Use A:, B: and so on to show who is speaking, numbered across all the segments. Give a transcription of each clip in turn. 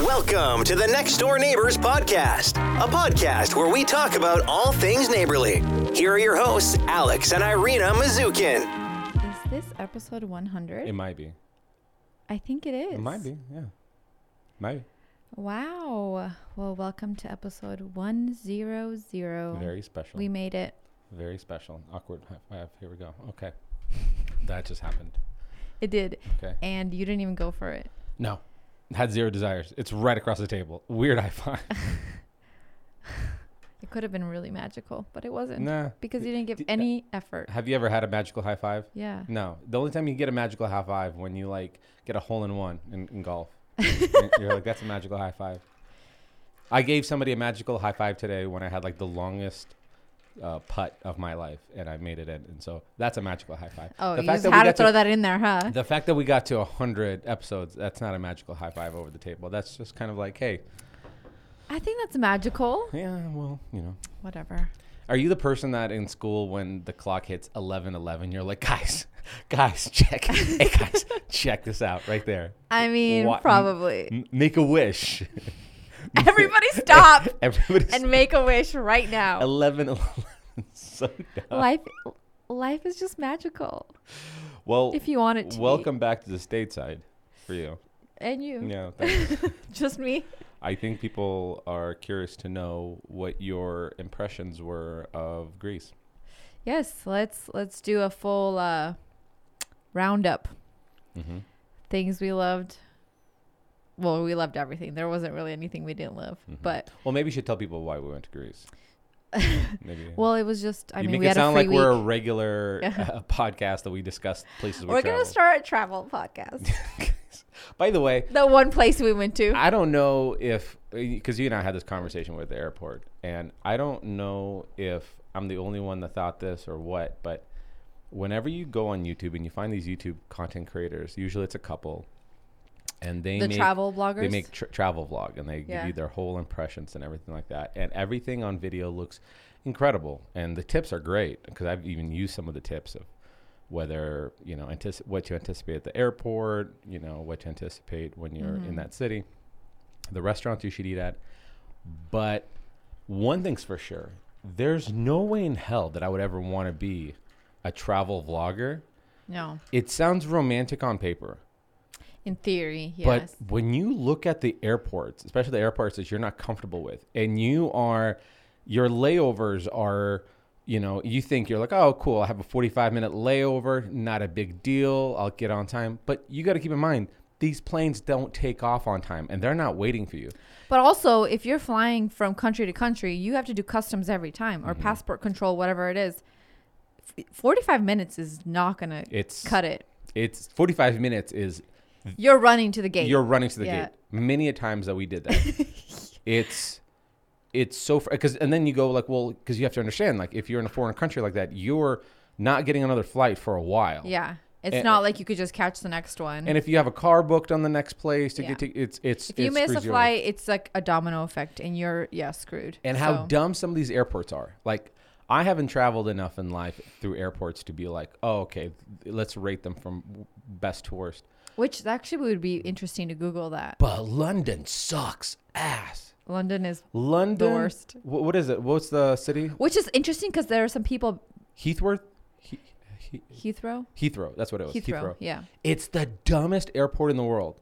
A: Welcome to the Next Door Neighbors Podcast, a podcast where we talk about all things neighborly. Here are your hosts, Alex and Irina Mazukin.
B: Is this episode 100?
C: It might be.
B: I think it is.
C: It might be. Yeah. Might be.
B: Wow. Well, welcome to episode 100.
C: Very special.
B: We made it.
C: Very special. Awkward high five. Here we go. Okay. That just happened.
B: It did.
C: Okay.
B: And you didn't even go for it.
C: No. Had zero desires. It's right across the table. Weird high five.
B: It could have been really magical, but it wasn't.
C: Nah.
B: Because you didn't give
C: D- uh,
B: any effort.
C: Have you ever had a magical high five?
B: Yeah.
C: No. The only time you get a magical high five when you like get a hole in one in, in golf. And You're like, that's a magical high five. I gave somebody a magical high five today when I had like the longest uh, putt of my life, and I made it in. And so that's a magical high five.
B: Oh,
C: the
B: you
C: fact
B: just
C: that we
B: had to
C: got
B: throw that in there, huh?
C: The fact that we got to 100 episodes, that's not a magical high five over the table. That's just kind of like, hey,
B: I think that's magical.
C: yeah, well, you know.
B: Whatever.
C: Are you the person that in school, when the clock hits 11 11, you're like, guys, guys, check. Hey, guys, check this out right there.
B: I mean,
C: What-
B: probably.
C: M- make a wish.
B: Everybody stop
C: Everybody's
B: and make a wish right now.
C: 11 11. so dumb.
B: Life life is just magical
C: Well,
B: if you want it to. be.
C: welcome back to the stateside for you.
B: And you.
C: Yeah, thanks.
B: Just me.
C: I think people are curious to know what your impressions were of Greece.
B: Yes, let's let's do a full uh, roundup.
C: Mm-hmm.
B: Things we loved. Well, we loved everything. There wasn't really anything we didn't love.
C: Mhm.
B: But
C: Well, maybe you should tell people why we went to Greece. Maybe.
B: well, it was just. I
C: you
B: mean,
C: make
B: we
C: it
B: had a
C: sound
B: free
C: like
B: week.
C: we're a
B: We're,
C: regular
B: Yeah.
C: uh, podcast that we discuss places we
B: gonna
C: travel.
B: start a travel podcast.
C: By the way,
B: the one place we went to.
C: I don't know if because you and I had this conversation with the airport, and I don't know if I'm the only one that thought this or what, but whenever you go on YouTube and you find these YouTube content creators, usually it's a couple, and they
B: the
C: make,
B: travel bloggers.
C: They make tr travel vlog and they
B: Yeah.
C: give you their whole impressions and everything like that. And everything on video looks incredible. And the tips are great because I've even used some of the tips of whether you know antici- what to anticipate at the airport, you know what to anticipate when you're in that city, the restaurants you should eat at. But one thing's for sure: there's no way in hell that I would ever want to be a travel vlogger.
B: no,
C: It sounds romantic on paper.
B: in theory,
C: But
B: yes.
C: when you look at the airports, especially the airports that you're not comfortable with, and you are, your layovers are, you know, you think you're like, oh, cool, I have a 45 minute layover, not a big deal, I'll get on time. But you got to keep in mind, these planes don't take off on time and they're not waiting for you.
B: But also, if you're flying from country to country, you have to do customs every time
C: Mm-hmm.
B: or passport control, whatever it is. F- Forty-five minutes is not gonna
C: It's
B: cut it.
C: It's 45 minutes is
B: You're running to the gate.
C: You're running to the
B: Yeah.
C: gate. Many a times that we did that. it's it's so because and then you go like well because you have to understand like if you're in a foreign country like that you're not getting another flight for a while.
B: yeah. It's
C: And-
B: not like you could just catch the next one.
C: And if you have a car booked on the next place to
B: Yeah.
C: get to, it's it's
B: if you
C: it
B: miss a
C: screws over.
B: flight, it's like a domino effect, and you're yeah screwed.
C: And how
B: So,
C: dumb some of these airports are. Like I haven't traveled enough in life through airports to be like oh okay let's rate them from best to worst.
B: Which actually would be interesting to Google that.
C: But London sucks ass.
B: London is,
C: London.
B: worst.
C: wh- what is it? What's the city?
B: which is interesting because there are some people
C: Heathworth? He, he,
B: Heathrow.
C: Heathrow. That's what it was.
B: Heathrow,
C: Heathrow.
B: yeah.
C: It's the dumbest airport in the world.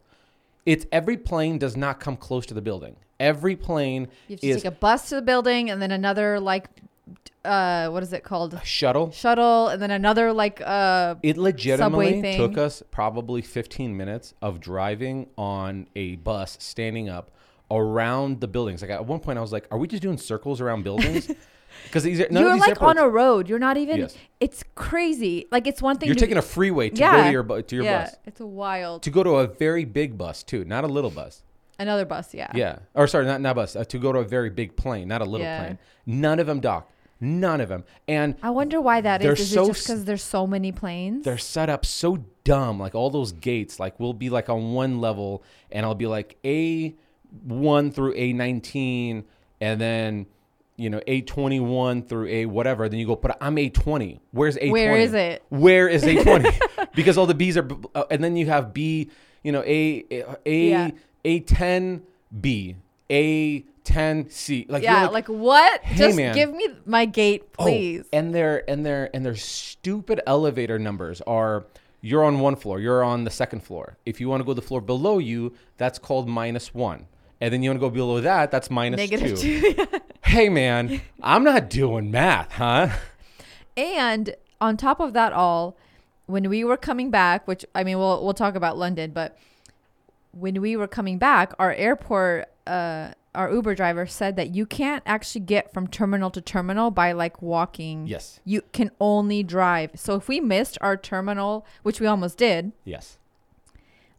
C: It's every plane does not come close to the building. Every plane
B: You have to
C: is
B: take a bus to the building, and then another like, uh, what is it called?
C: a shuttle.
B: Shuttle, and then another like uh,
C: It legitimately
B: thing.
C: took us probably 15 minutes of driving on a bus, standing up around the buildings. Like at one point, I was like, "Are we just doing circles around buildings?" Because these are- none
B: you're
C: of these
B: like
C: airports,
B: on a road. You're not even.
C: Yes.
B: It's crazy. Like it's one thing.
C: you're
B: to-
C: taking a freeway to go to your bu- to your
B: yeah,
C: bus
B: It's wild.
C: to go to a very big bus too, not a little bus.
B: Another bus, yeah.
C: Yeah. Or sorry, not not bus. Uh, to go to a very big plane, not a little
B: Yeah.
C: plane. None of them dock. None of them. And
B: I wonder why that
C: They're
B: is. Is
C: so
B: it just
C: s-
B: because there's so many planes?
C: they're set up so dumb. Like all those gates, like we'll be like on one level, and I'll be like A one through A nineteen, and then you know A twenty one through A whatever. Then you go, but I'm A twenty. Where's A twenty?
B: Where is it?
C: Where is A twenty? because all the B's are, b- uh, and then you have B. You know A A
B: Yeah.
C: A ten B, A, 10, C. Like, you're
B: yeah,
C: like,
B: like, what?
C: "Hey,
B: Just
C: man."
B: give me my gate,
C: Oh,
B: please.
C: and their and their and their stupid elevator numbers are you're on one floor, you're on the second floor. If you want to go the floor below you, that's called minus one. And then you want to go below that, that's minus
B: Negative
C: two.
B: two.
C: Hey man, I'm not doing math, huh?
B: And on top of that all, when we were coming back, which I mean, we'll we'll talk about London, but when we were coming back, our airport, uh, our Uber driver said that you can't actually get from terminal to terminal by like walking.
C: Yes.
B: you can only drive. So if we missed our terminal, which we almost did,
C: Yes.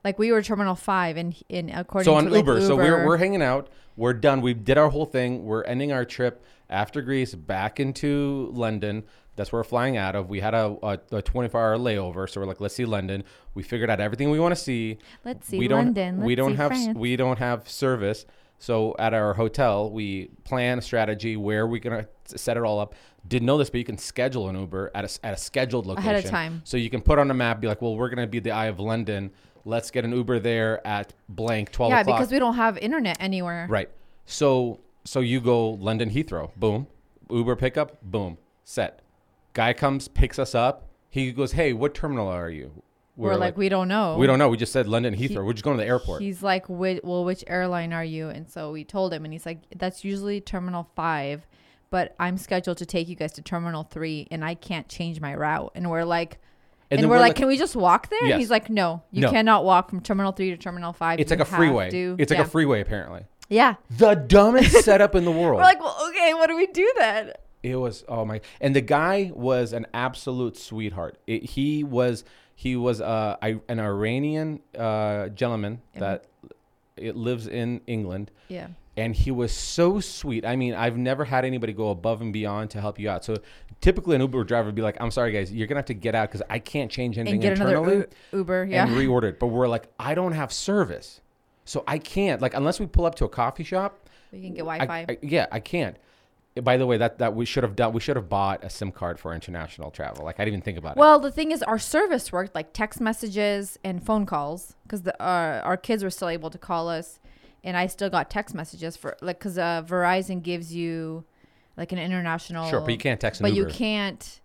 B: like we were terminal five, and and according
C: So on
B: to like,
C: Uber, so we're
B: Uber-
C: we're hanging out, we're done, we did our whole thing, we're ending our trip after Greece back into London. That's where we're flying out of. We had a, a, a 24 hour layover, so we're like, let's see London. We figured out everything we want to see.
B: Let's see
C: we don't,
B: London.
C: we
B: Let's
C: don't
B: see
C: have
B: France.
C: we don't have service. So at our hotel, we plan a strategy where we're gonna set it all up. Didn't know this, but you can schedule an Uber at a, s- at a scheduled location
B: Ahead of time.
C: So you can put on a map, be like, well, we're gonna be the Eye of London. Let's get an Uber there at blank twelve
B: yeah,
C: o'clock.
B: because we don't have internet anywhere.
C: Right. So so you go London Heathrow, boom. Uber pickup, boom. Set. Guy comes, picks us up. He goes, "Hey, what terminal are you?"
B: We're, like, we don't know.
C: we don't know. We just said London Heathrow. We're just going to the airport.
B: He's like, "Whi- well, which airline are you? And so we told him, and he's like, that's usually Terminal 5, but I'm scheduled to take you guys to Terminal 3, and I can't change my route. And we're like,
C: And
B: and,
C: then
B: we're,
C: we're
B: like,
C: like-
B: can we just walk there?
C: Yes.
B: And he's like, no, you
C: No.
B: cannot walk from Terminal 3 to Terminal 5.
C: It's
B: You
C: like a
B: have
C: freeway.
B: to-
C: It's like
B: yeah.
C: a freeway apparently.
B: Yeah.
C: The dumbest setup in the world.
B: We're like, well, okay, what do we do then?
C: it was oh my and the guy was an absolute sweetheart. It, he was he was uh, I, an Iranian uh, gentleman that it lives in England.
B: Yeah.
C: and he was so sweet. I mean, I've never had anybody go above and beyond to help you out. So typically, an Uber driver would be like, "I'm sorry, guys, you're gonna have to get out because I can't change anything
B: And get
C: internally
B: another U- Uber. Yeah.
C: and reorder it." But we're like, "I don't have service, so I can't. Like, unless we pull up to a coffee shop,
B: we can get
C: I-
B: Wi Fi.
C: I- yeah, I can't." By the way, that that we should have done. We should have bought a SIM card for international travel. Like, I didn't even think about it.
B: Well, the thing is, our service worked like text messages and phone calls because uh, our kids were still able to call us, and I still got text messages for like because uh, Verizon gives you like an international.
C: Sure, but you can't text an
B: But
C: Uber.
B: you can't.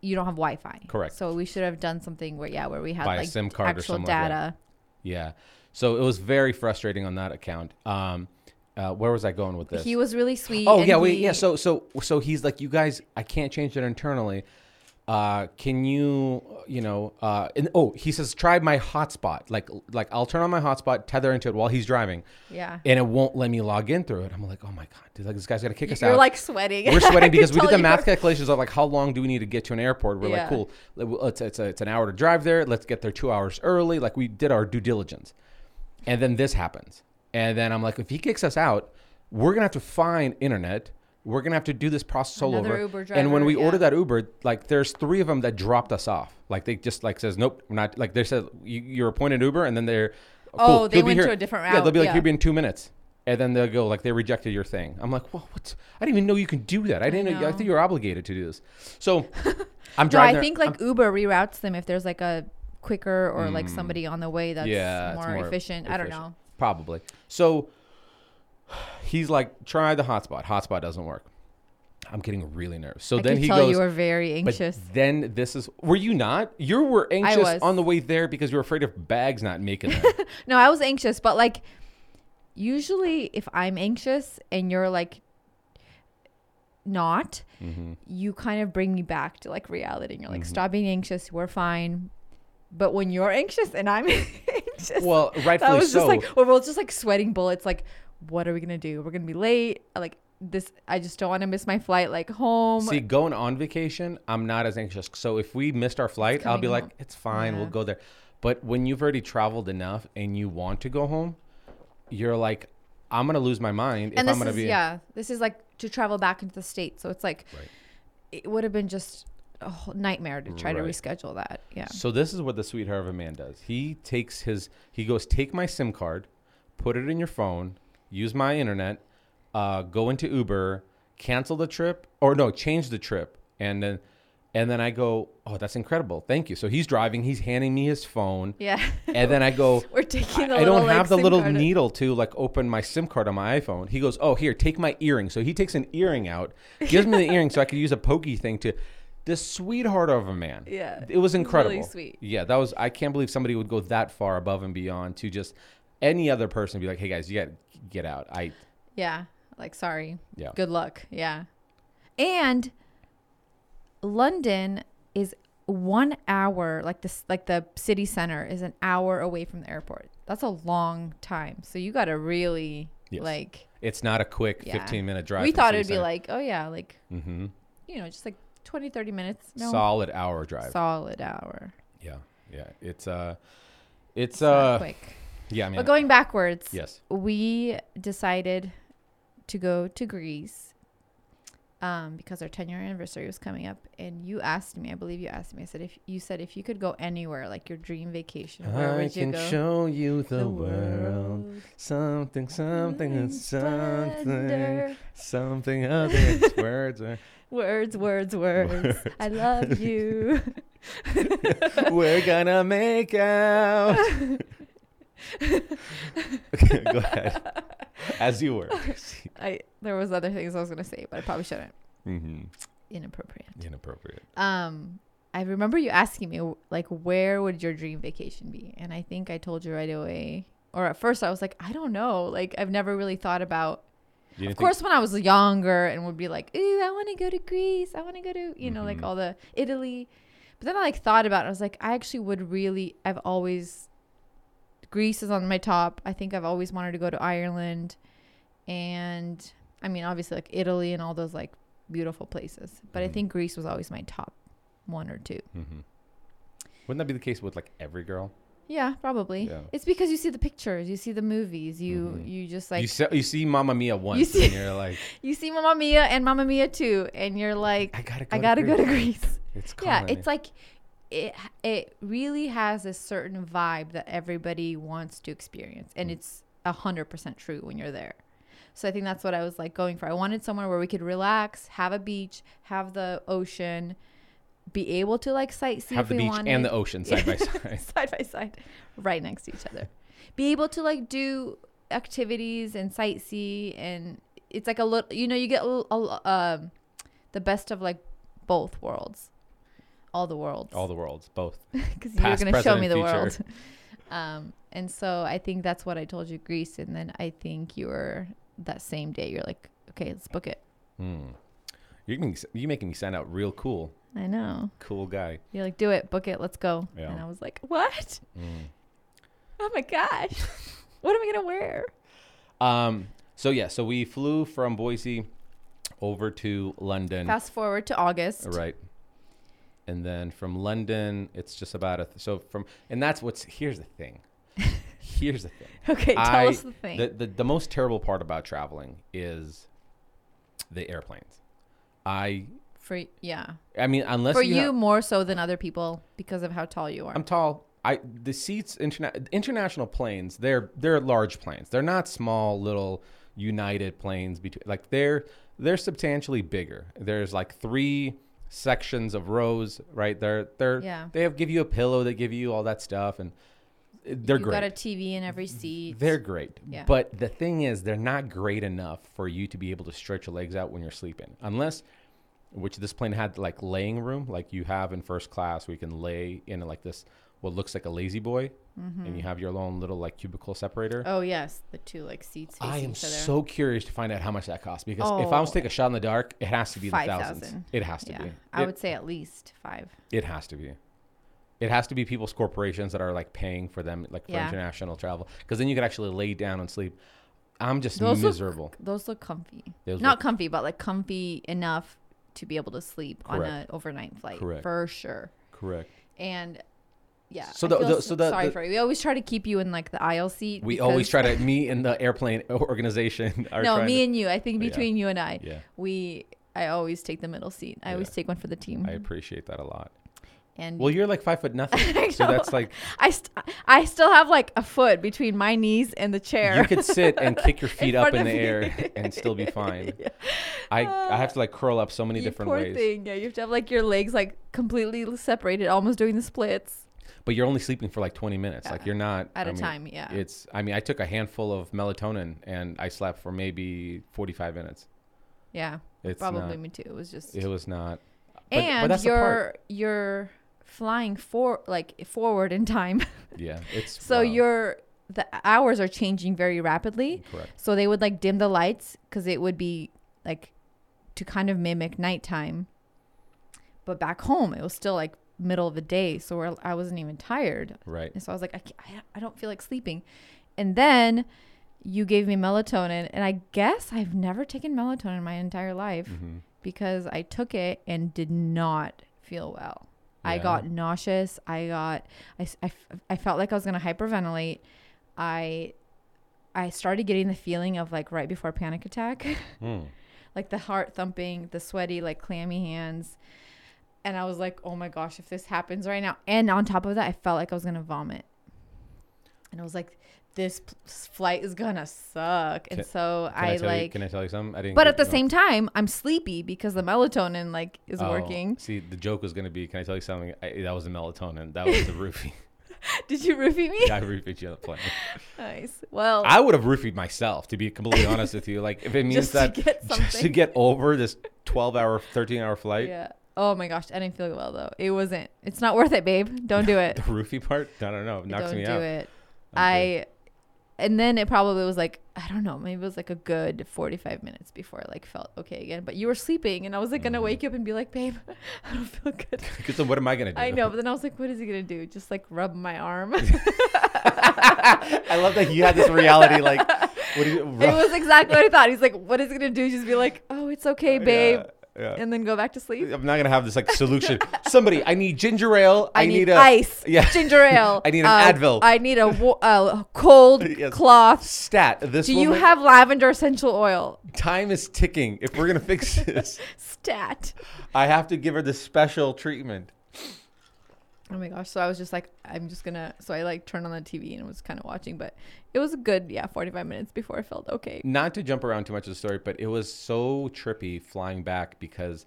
B: You don't have Wi-Fi.
C: Correct.
B: So we should have done something where yeah, where we had
C: Buy a
B: like
C: SIM card or
B: actual
C: something like that.
B: data.
C: Yeah, so it was very frustrating on that account. Um, uh, where was I going with this?
B: He was really sweet.
C: Oh
B: and
C: yeah, wait,
B: he-
C: yeah. So so so he's like, you guys, I can't change it internally. Uh, can you, you know, uh, and, oh, he says try my hotspot. Like like I'll turn on my hotspot, tether into it while he's driving,
B: yeah.
C: and it won't let me log in through it. I'm like, oh my god, dude, like this guy's gonna kick us
B: You're
C: out.
B: like sweating.
C: We're
B: I
C: sweating
B: could
C: because we
B: tell
C: did the
B: you
C: math
B: were-
C: calculations of like how long do we need to get to an airport. We're like,
B: Yeah.
C: cool, it's, it's, it's an hour to drive there. Let's get there two hours early. Like we did our due diligence, and then this happens, and then I'm like, if he kicks us out, we're gonna have to find internet. We're gonna have to do this process all
B: Another
C: over.
B: Uber
C: and when
B: driver,
C: we
B: yeah.
C: ordered that Uber, like there's three of them that dropped us off. Like they just like says, nope, we're not. Like they said, you, you're appointed Uber, and then they're
B: Oh,
C: cool,
B: they
C: you'll be
B: went to
C: here.
B: a different
C: Yeah, they'll
B: route,
C: be like,
B: yeah.
C: you'll be in two minutes. And then they'll go like they rejected your thing. I'm like, well, what? I didn't even know you can do that. I didn't. know. I
B: know.
C: thought you were obligated to do this. So I'm
B: No,
C: driving.
B: I
C: there.
B: think
C: I'm- Hmm.
B: like Uber reroutes them if there's like a quicker or like somebody on the way that's
C: yeah, it's
B: more, efficient. I don't
C: efficient.
B: know.
C: Probably. So he's like, try the hotspot. Hotspot doesn't work. I'm getting really nervous. So
B: I
C: then
B: could
C: he
B: tell
C: goes.
B: you were very anxious.
C: But then this is. Were you not? You were anxious
B: was.
C: on the way there because you were afraid of bags not making it.
B: No, I was anxious, but like usually if I'm anxious and you're like not,
C: Mm-hmm.
B: you kind of bring me back to like reality and you're like, stop being anxious, we're fine. But when you're anxious and I'm anxious,
C: well,
B: that
C: rightfully
B: was
C: so.
B: just like we're both just like sweating bullets. Like, what are we gonna do? We're gonna be late. Like this, I just don't want to miss my flight like home.
C: See, going on vacation, I'm not as anxious. So if we missed our flight, I'll be
B: coming
C: like,
B: home.
C: it's fine, we'll go there. But when you've already traveled enough and you want to go home, you're like, I'm gonna lose my mind
B: and
C: if
B: this
C: I'm gonna
B: is
C: be.
B: yeah, this is like to travel back into the states. So it's like
C: Right.
B: it would have been just a whole nightmare to try to
C: Right.
B: reschedule that. Yeah.
C: So this is what the sweetheart of a man does. He takes his, he goes, take my SIM card, put it in your phone, use my internet, uh, go into Uber, cancel the trip, or no, change the trip, and then And then I go, oh, that's incredible. Thank you. So he's driving. He's handing me his phone.
B: Yeah.
C: And then I go,
B: We're taking the
C: I, I don't
B: little, like,
C: have the
B: SIM
C: little
B: card.
C: needle to like open my SIM card on my iPhone. He goes, oh, here, take my earring. So he takes an earring out, gives me the earring so I could use a pokey thing to. The sweetheart of a man.
B: Yeah,
C: It was
B: really
C: incredible.
B: sweet.
C: Yeah, that was. I can't believe somebody would go that far above and beyond to just any other person be like, "Hey guys, you got to get out." I
B: Yeah. Like, sorry.
C: Yeah.
B: Good luck. Yeah. And London is one hour, like this, like the city center is an hour away from the airport. That's a long time. So you got to really
C: Yes.
B: like,
C: It's not a quick
B: yeah.
C: 15 minute drive.
B: We
C: from
B: thought
C: city
B: it'd be
C: center.
B: like, oh yeah, like,
C: Mhm.
B: you know, just like 20, 30 minutes. No,
C: solid hour drive.
B: solid hour.
C: yeah, yeah. It's uh, it's,
B: Not
C: uh,
B: quick.
C: yeah. I mean,
B: But going backwards.
C: yes,
B: we decided to go to Greece um, because our 10 year anniversary was coming up. And you asked me, I believe you asked me, I said, if you said if you could go anywhere, like your dream vacation, where
C: I
B: would you
C: can
B: go?
C: show you the,
B: The
C: world.
B: world. Mm-hmm.
C: Something, something,
B: Mm,
C: and something,
B: Wonder.
C: something other. It's words are
B: Words, words, words. I love you.
C: We're gonna make out. Go ahead. As you were.
B: I there was other things I was gonna say, but I probably shouldn't.
C: hmm
B: Inappropriate.
C: Inappropriate.
B: Um, I remember you asking me like, where would your dream vacation be? And I think I told you right away. Or at first I was like, I don't know. Like I've never really thought about.
C: You didn't
B: Of course, when I was younger and would be like, ooh, I want to go to Greece. I want to go to you know like
C: Mm-hmm.
B: all the Italy. But then I like thought about it. I was like, I actually would really. I've always Greece is on my top. I think I've always wanted to go to Ireland, and I mean obviously like Italy and all those like beautiful places. But I
C: Mhm.
B: think Greece was always my top one or two.
C: Think, hmm Wouldn't that be the case with like every girl?
B: Yeah, probably.
C: Yeah.
B: It's because you see the pictures, you see the movies, you
C: Mhm.
B: you just like
C: you, se- you see Mamma Mia once
B: see-
C: and you're like,
B: you see Mamma Mia and Mamma Mia too, and you're like,
C: I gotta go
B: I
C: to
B: gotta go to
C: Greece.
B: Greece.
C: it's
B: yeah,
C: calling me.
B: it's like it it really has a certain vibe that everybody wants to experience, and
C: Mm.
B: it's a hundred percent true when you're there. So I think that's what I was like going for. I wanted somewhere where we could relax, have a beach, have the ocean, be able to like sightsee
C: have
B: if
C: the
B: we
C: beach
B: wanted.
C: and the ocean side by side.
B: side by side, right next to each other. Be able to like do activities and sightsee, and it's like a little, you know, you get a, l- a l- um, the best of like both worlds, all the worlds,
C: All the worlds, both.
B: because you're
C: past,
B: gonna show
C: present,
B: me the
C: future.
B: world. Um, and so I think that's what I told you, Greece, and then I think you were that same day. You're like, okay, let's book it.
C: You're making, you're making me sound out real cool.
B: I know.
C: Cool guy.
B: You're like, do it, book it, let's go.
C: Yeah. Mm.
B: And I was like, what? Oh my gosh, what am I gonna wear?
C: Um. So yeah. So we flew from Boise over to London.
B: Fast forward to August.
C: Right. And then from London, it's just about a. Th- so from and that's what's here's the thing. here's the thing.
B: Okay, tell
C: I-
B: us the thing.
C: The, the the most terrible part about traveling is the airplanes. I
B: for yeah,
C: I mean unless
B: for
C: you,
B: you
C: have-
B: more so than other people because of how tall you are.
C: I'm tall. I the seats interna- international planes. They're they're large planes. They're not small little United planes between like they're they're substantially bigger. There's like three sections of rows, right? They're they're
B: Yeah.
C: they have give you a pillow, they give you all that stuff and they're
B: you
C: great.
B: got a TV in every seat.
C: They're great.
B: Yeah.
C: But the thing is, they're not great enough for you to be able to stretch your legs out when you're sleeping. Unless, which this plane had like laying room, like you have in first class, where you can lay in like this, what looks like a lazy boy, and you have your own little like cubicle separator.
B: Mm-hmm. oh yes, the two like seats.
C: I
B: facing
C: am
B: each other.
C: so curious to find out how much that costs because if I was to
B: Oh.
C: take a shot in the dark, it has to be in the
B: Five
C: thousands.
B: thousand.
C: It has to
B: yeah.
C: be.
B: I
C: It-
B: would say at least five.
C: it has to be. It has to be people's corporations that are like paying for them, like for
B: Yeah.
C: international travel, because then you could actually lay down and sleep. I'm just
B: Those look-
C: miserable.
B: Those look comfy.
C: Those
B: Not
C: look-
B: comfy, but like comfy enough to be able to sleep on an
C: Correct.
B: overnight flight
C: Correct.
B: for sure.
C: Correct.
B: And yeah,
C: So
B: I
C: the-
B: feel
C: the-
B: s-
C: so the-
B: sorry
C: the-
B: for you. We always try to keep you in like the aisle seat.
C: We always
B: because-
C: try to me and the airplane organization. Are
B: no,
C: trying
B: me
C: to-
B: and you. I think
C: Yeah.
B: between you and I,
C: Yeah.
B: we I always take the middle seat. I always
C: Yeah.
B: take one for the team.
C: I appreciate that a lot.
B: and
C: Well, you're like five foot nothing, so
B: Mm. know.
C: that's like
B: I st- I still have like a foot between my knees and the chair.
C: you could sit and kick your feet up
B: front
C: in the
B: of
C: air and still be fine. I I have to like curl up so many
B: Ah. You
C: different
B: poor
C: ways,
B: thing. Yeah, you have to have like your legs like completely separated, almost doing the splits.
C: but you're only sleeping for like 20 minutes. Like you're not
B: At
C: a
B: a time, yeah.
C: It's I mean I took a handful of melatonin and I slept for maybe 45 minutes.
B: Yeah,
C: It's
B: probably
C: not-
B: me too. It was just
C: It was not. but
B: and
C: that's the
B: you're
C: part.
B: you're flying for like forward in time,
C: Yeah, it's
B: so
C: wild.
B: your the hours are changing very rapidly.
C: Correct.
B: So they would like dim the lights because it would be like to kind of mimic nighttime. But back home, it was still like middle of the day, so we're- I wasn't even tired.
C: right.
B: And so I was like, I, can't, I- I don't feel like sleeping. And then you gave me melatonin, and I guess I've never taken melatonin in my entire life
C: Mm-hmm.
B: because I took it and did not feel well. I
C: Yeah.
B: got nauseous. I got, I, s- I f- I felt like I was going to hyperventilate. I, I started getting the feeling of like right before a panic attack,
C: Hmm.
B: like the heart thumping, the sweaty, like clammy hands. And I was like, oh my gosh, if this happens right now. And on top of that, I felt like I was going to vomit. And I was like, this p- flight is going to suck. And
C: Can-
B: so
C: Can I,
B: I
C: tell you,
B: like,
C: can I tell you something? I didn't.
B: but
C: get
B: at the
C: no-
B: same time, I'm sleepy because the melatonin like is
C: Oh,
B: working.
C: See, the joke was going to be, can I tell you something? I, that was the melatonin. That was the roofie.
B: Did you roofie me?
C: I roofied you on the plane.
B: Nice. Well,
C: I would have roofied myself, to be completely honest with you. Like, if it means
B: Just to
C: that
B: get
C: just to
B: something.
C: get over this 12 hour, 13 hour flight,
B: yeah. Oh my gosh, I didn't feel well though. It wasn't. It's not worth it, babe. Don't do it.
C: the roofie part, I don't know. It knocks
B: don't
C: me
B: do
C: out.
B: it.
C: I'm
B: I, and then it probably was like I don't know, maybe it was like a good forty-five minutes before I like felt okay again. But you were sleeping, and I was like
C: Mm-hmm.
B: gonna wake you up and be like, babe, I don't feel good.
C: Because then what am I going to do?
B: I know, but then I was like, what is he gonna do? Just like rub my arm. it
C: I love that you had this reality. Like, what do you.
B: was exactly what I thought. He's like, what is he gonna do? Just be like, oh, it's okay, babe,
C: yeah.
B: and then go back to sleep.
C: I'm not gonna have this like solution. Somebody, I need ginger ale. I,
B: I, need,
C: a
B: ice,
C: Yeah,
B: ginger ale.
C: I need an
B: uh,
C: Advil.
B: I need a wa- a cold
C: Yes.
B: cloth.
C: stat. This
B: Do you
C: woman-
B: have lavender essential oil?
C: time is ticking. If we're gonna fix this,
B: Stat.
C: I have to give her the special treatment.
B: Oh my gosh. So I was just like, I'm just gonna so I like turned on the TV and was kinda watching, but it was a good, yeah, forty five minutes before I felt okay.
C: Not to jump around too much of the story, but it was so trippy flying back because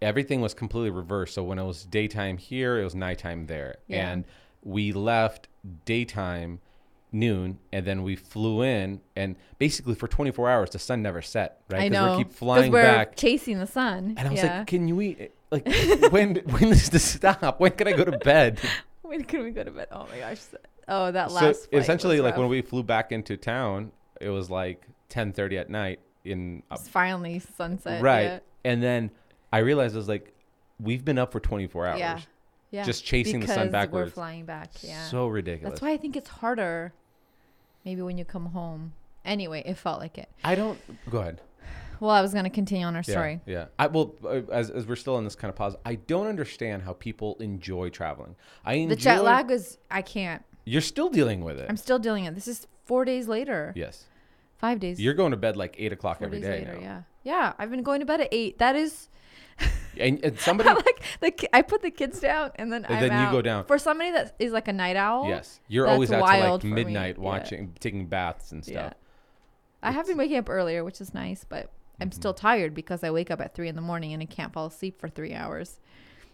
C: everything was completely reversed. So when it was daytime here, it was nighttime there,
B: Yeah.
C: and we left daytime noon and then we flew in and basically for 24 hours the sun never set right
B: I
C: 'Cause
B: know.
C: we keep
B: 'Cause
C: flying
B: we're
C: back
B: Chasing the sun.
C: And I was
B: yeah.
C: like, "Can we eh, like when when does this stop? When can I go to bed?"
B: when can we go to bed? Oh my gosh. Oh that
C: so
B: last flight
C: essentially,
B: was
C: like when
B: rough.
C: we flew back into town, it was like ten thirty at night in
B: It's finally sunset.
C: right,
B: Yeah.
C: and then I realized I was like, "We've been up for twenty four hours."
B: Yeah. Yeah.
C: Just chasing the sun
B: because
C: backwards.
B: We're flying back. Yeah.
C: So ridiculous.
B: That's why I think it's harder maybe when you come home. Anyway, it felt like it.
C: I don't. Go ahead.
B: Well, I was gonna continue on our
C: Yeah,
B: story.
C: Yeah. I well, uh, as, as we're still in this kind of pause, I don't understand how people enjoy traveling. I enjoy
B: The jet lag is I can't.
C: You're still dealing with it.
B: I'm still dealing with it. This is four days later.
C: yes.
B: Five days.
C: You're going to bed like eight o'clock
B: four
C: every
B: days
C: day
B: later,
C: now.
B: yeah. Yeah. I've been going to bed at eight. That is
C: And, and somebody
B: I like the ki- I put the kids down and then I'm
C: then you go
B: out.
C: down.
B: For somebody that is like a night owl.
C: Yes, you're
B: that's
C: always out
B: wild
C: to
B: for
C: like
B: me.
C: midnight
B: Yeah.
C: watching, taking baths and
B: Yeah.
C: stuff.
B: I have been waking up earlier, which is nice, but I'm still
C: Mm-hmm.
B: tired because I wake up at three in the morning and I can't fall asleep for three hours.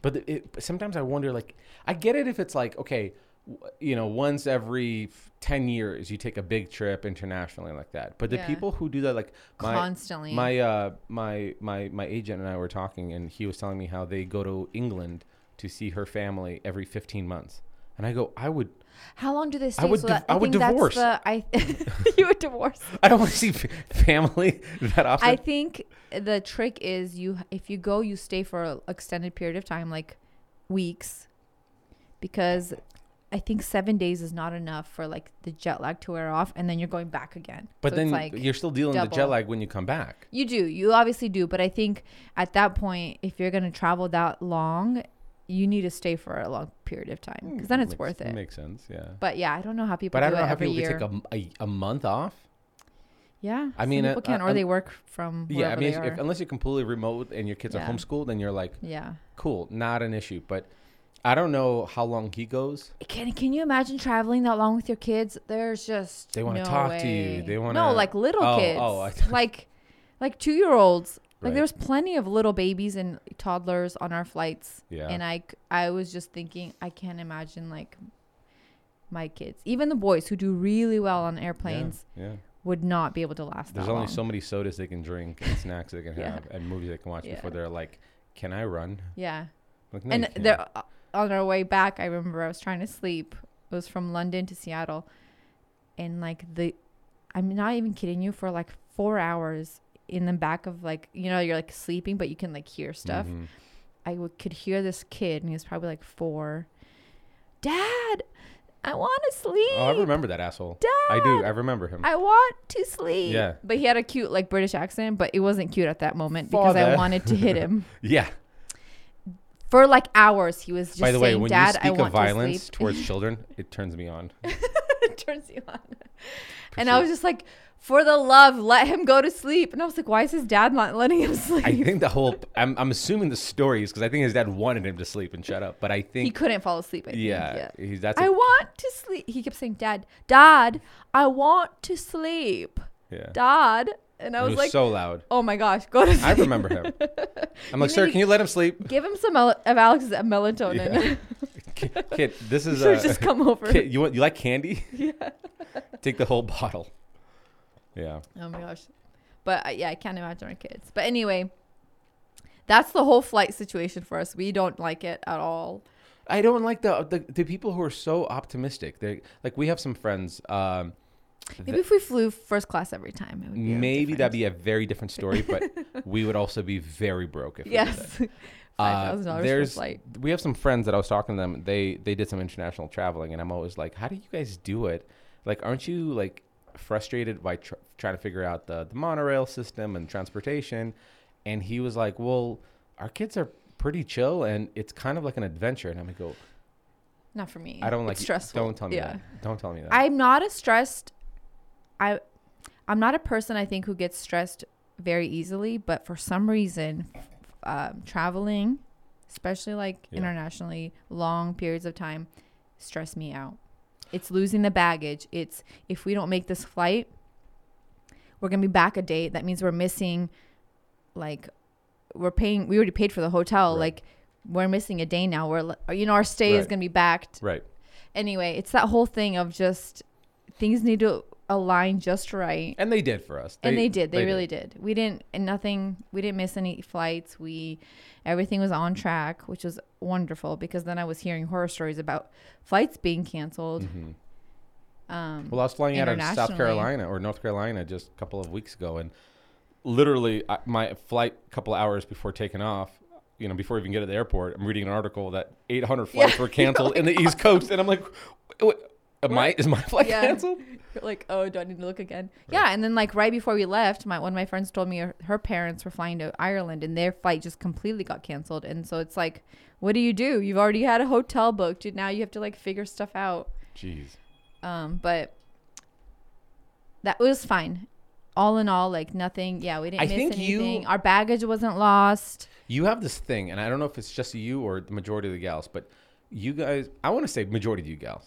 C: But the- it, but sometimes I wonder, like, I get it if it's like, okay, w- you know, once every f- ten years you take a big trip internationally like that. But the
B: Yeah.
C: people who do that, like, my,
B: Constantly.
C: my uh, my my my agent and I were talking, and he was telling me how they go to England to see her family every fifteen months, and I go, I would,
B: How long do they stay?
C: would
B: so
C: div-
B: that,
C: I would
B: think
C: divorce.
B: That's the, I you would divorce.
C: I don't want to see f- family that often.
B: I think the trick is you if you go, you stay for an extended period of time, like weeks, because I think seven days is not enough for like the jet lag to wear off, and then you're going back again.
C: but
B: So it's
C: then
B: like,
C: you're still dealing with the jet
B: double.
C: lag when you come back.
B: you do, you obviously do, but I think at that point, if you're gonna travel that long, you need to stay for a long period of time because Mm, then it's
C: Makes-
B: worth it.
C: Makes sense, yeah.
B: but yeah, I don't know how people
C: Hmm, But
B: do
C: I don't
B: it
C: know how
B: every
C: people
B: year.
C: could take a m- a, a month off.
B: yeah,
C: I
B: some
C: mean, uh,
B: people can,
C: uh,
B: or they
C: um,
B: work from
C: Yeah, I
B: wherever
C: mean,
B: they
C: if,
B: are.
C: unless you're completely remote and your kids
B: Yeah.
C: are homeschooled, then you're like,
B: yeah.
C: cool, not an issue. But I don't know how long he goes.
B: Can Can you imagine traveling that long with your kids? There's just
C: They wanna
B: no
C: talk to you.
B: way.
C: They wanna-
B: no like little
C: Oh,
B: kids.
C: oh, I thought-
B: like like two year olds. Like
C: Right.
B: there's plenty of little babies and toddlers on our flights.
C: Yeah.
B: And I c- I was just thinking I can't imagine like my kids, even the boys who do really well on airplanes,
C: Yeah. yeah.
B: would not be able to last.
C: There's
B: that
C: only
B: long.
C: so many sodas they can drink and snacks they can
B: Yeah.
C: have and movies they can watch
B: Yeah.
C: before they're like, "Can I run?"
B: Yeah.
C: Like, no, you
B: and
C: can't.
B: they're on our way back. I remember I was trying to sleep. It was from London to Seattle, and like the, I'm not even kidding you. For like four hours in the back of like you know you're like sleeping but you can like hear stuff.
C: Mhm.
B: I w- could hear this kid and he was probably like four. Dad, I want to sleep.
C: Oh, I remember that asshole. I do.
B: Dad!
C: I remember him.
B: I want to sleep.
C: Yeah.
B: But he had a cute like British accent, but it wasn't cute at that moment because I
C: Father.
B: wanted to hit him.
C: yeah.
B: For like hours he was just
C: By the way,
B: saying,
C: when
B: Dad,
C: you speak
B: I want
C: of violence
B: to sleep.
C: towards children, it turns me on.
B: turns you on. And I was just like, for the love, let him go to sleep. And I was like, why is his dad not letting him sleep?
C: I think the whole. I'm, I'm assuming the story is because I think his dad wanted him to sleep and shut up, but I
B: he
C: think
B: couldn't fall asleep. I think.
C: yeah,
B: yeah.
C: he's that's a-
B: I want to sleep. He kept saying, Dad, Dad, I want to sleep.
C: yeah.
B: Dad. And I
C: He
B: was,
C: was
B: like,
C: so loud.
B: oh my gosh, go to sleep.
C: I remember him. I'm like,
B: need
C: sir,
B: to-
C: can you let him sleep?
B: Give him some mel- of Alex's melatonin.
C: Yeah. Kid, kid, this
B: You
C: is
B: should
C: a
B: just come over.
C: kid. You want you like candy? Yeah. Take the whole bottle. Yeah.
B: Oh my gosh. But uh, yeah, I can't imagine our kids. But anyway, that's the whole flight situation for us. We don't like it at all.
C: I don't like the, the the people who are so optimistic. They like we have some friends. Um,
B: Maybe if we flew first class every time, it would be
C: maybe
B: different.
C: that'd be a very different story, but we would also be very broke if we did that.
B: yes, five thousand
C: Uh,
B: dollars for a flight.
C: We have some friends that I was talking to them. They they did some international traveling, and I'm always like, how do you guys do it? Like, aren't you like frustrated by tr- trying to figure out the the monorail system and transportation? And he was like, well, our kids are pretty chill, and it's kind of like an adventure. And I'm like, go,
B: Not for me.
C: I don't like
B: It's stressful.
C: Don't tell me
B: yeah.
C: that. Don't tell me that.
B: I'm not a stressed. I, I'm not a person I think who gets stressed very easily, but for some reason, um, traveling, especially like
C: Yeah.
B: internationally, long periods of time, stress me out. It's losing the baggage. It's if we don't make this flight, we're gonna be back a date. That means we're missing, like, we're paying. We already paid for the hotel.
C: Right.
B: Like, we're missing a day now. We're li- you know our stay is
C: Right.
B: gonna be backed
C: right.
B: anyway, it's that whole thing of just things need to align just right.
C: And they did for us.
B: And they did. They, really did. We didn't and nothing we didn't miss any flights. We everything was on track, which was wonderful because then I was hearing horror stories about flights being canceled. Um
C: Well, I was flying out of South
B: Internationally.
C: Carolina or North Carolina just a couple of weeks ago, and literally I, my flight, a couple of hours before taking off, you know, before I even get to the airport, I'm reading an article that 800 flights
B: Yeah,
C: were canceled in the East Coast, and I'm like, "Wait, am I, is my flight
B: Yeah.
C: canceled?
B: You're like, oh, do I need to look again? Yeah, and then like right before we left, my one of my friends told me her, her parents were flying to Ireland and their flight just completely got canceled. And so it's like, what do you do? You've already had a hotel booked, and now you have to like figure stuff out.
C: Jeez.
B: Um, but that was fine. All in all, like nothing. Yeah, we didn't
C: I
B: miss
C: think you-
B: anything. Our baggage wasn't lost.
C: You have this thing, and I don't know if it's just you or the majority of the gals, but you guys, I want to say majority of you gals,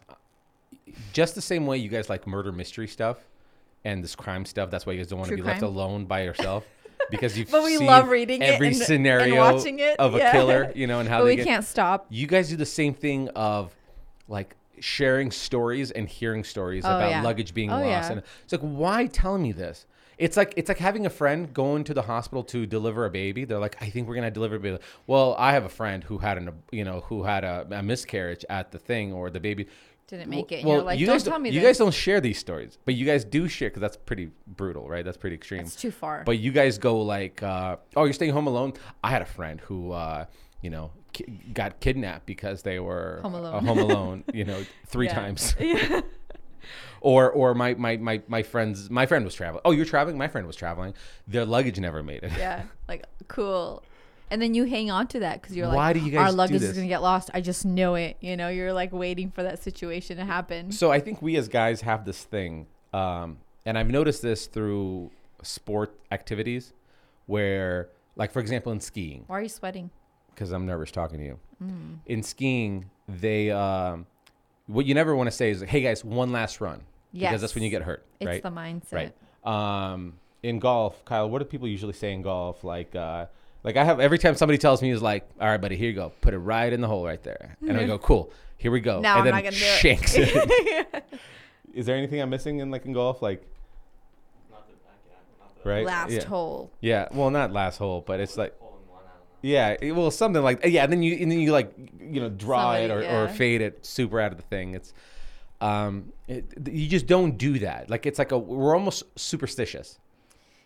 C: just the same way you guys like murder mystery stuff and this crime stuff. That's why you guys don't want to
B: True
C: be left
B: crime.
C: alone by yourself because you've
B: But we
C: seen
B: love reading it
C: every
B: and- and
C: scenario
B: watching it,
C: of a
B: yeah.
C: killer, you know, and how
B: But
C: they
B: we
C: get.
B: can't stop.
C: You guys do the same thing of like sharing stories and hearing stories
B: Oh,
C: about
B: yeah.
C: luggage being
B: Oh,
C: lost,
B: yeah.
C: and it's like, why tell me this? It's like it's like having a friend going to the hospital to deliver a baby. They're like, I think we're gonna deliver a baby. Well, I have a friend who had an you know who had a, a miscarriage at the thing or the baby.
B: Didn't make it. And
C: Well,
B: you're like,
C: you
B: don't
C: guys
B: tell me
C: you
B: this.
C: guys don't share these stories, but you guys do share because that's pretty brutal, right? That's pretty extreme.
B: It's too far.
C: But you guys go like, uh, oh, you're staying home alone. I had a friend who, uh, you know, ki- got kidnapped because they were
B: Home
C: uh,
B: alone.
C: home alone, you know, three
B: Yeah.
C: times. or or my, my my my friends, my friend was traveling. Oh, you're traveling. My friend was traveling. Their luggage never made it.
B: yeah, like cool. And then you hang on to that because you're like,
C: Why do you
B: our
C: guys do
B: luggage is
C: this?"
B: gonna get lost. I just know it. You know, you're like waiting for that situation to happen.
C: So I think we as guys have this thing, um, and I've noticed this through sport activities, where like for example in skiing,
B: Why are you sweating?
C: because I'm nervous talking to you.
B: Mm.
C: in skiing, they um, what you never want to say is, "Hey guys, one last run," because that's when you
B: Yes.
C: get hurt,
B: It's
C: right?
B: the mindset.
C: Right. Um, in golf, Kyle, what do people usually say in golf? Like, uh, like I have every time somebody tells me is like, "All right, buddy, here you go. Put it right in the hole right there," and I go, "Cool, here we go."
B: Now
C: and
B: I'm not
C: then
B: gonna do it.
C: shanks it. Is there anything I'm missing in like in golf, like? Right.
B: Last
C: yeah.
B: hole.
C: Yeah, well, not last hole, but it's like. Yeah, it- well, something like yeah. And then you and then you like you know draw
B: Somebody,
C: it or,
B: yeah.
C: or fade it super out of the thing. It's um, it, you just don't do that. Like it's like a we're almost superstitious,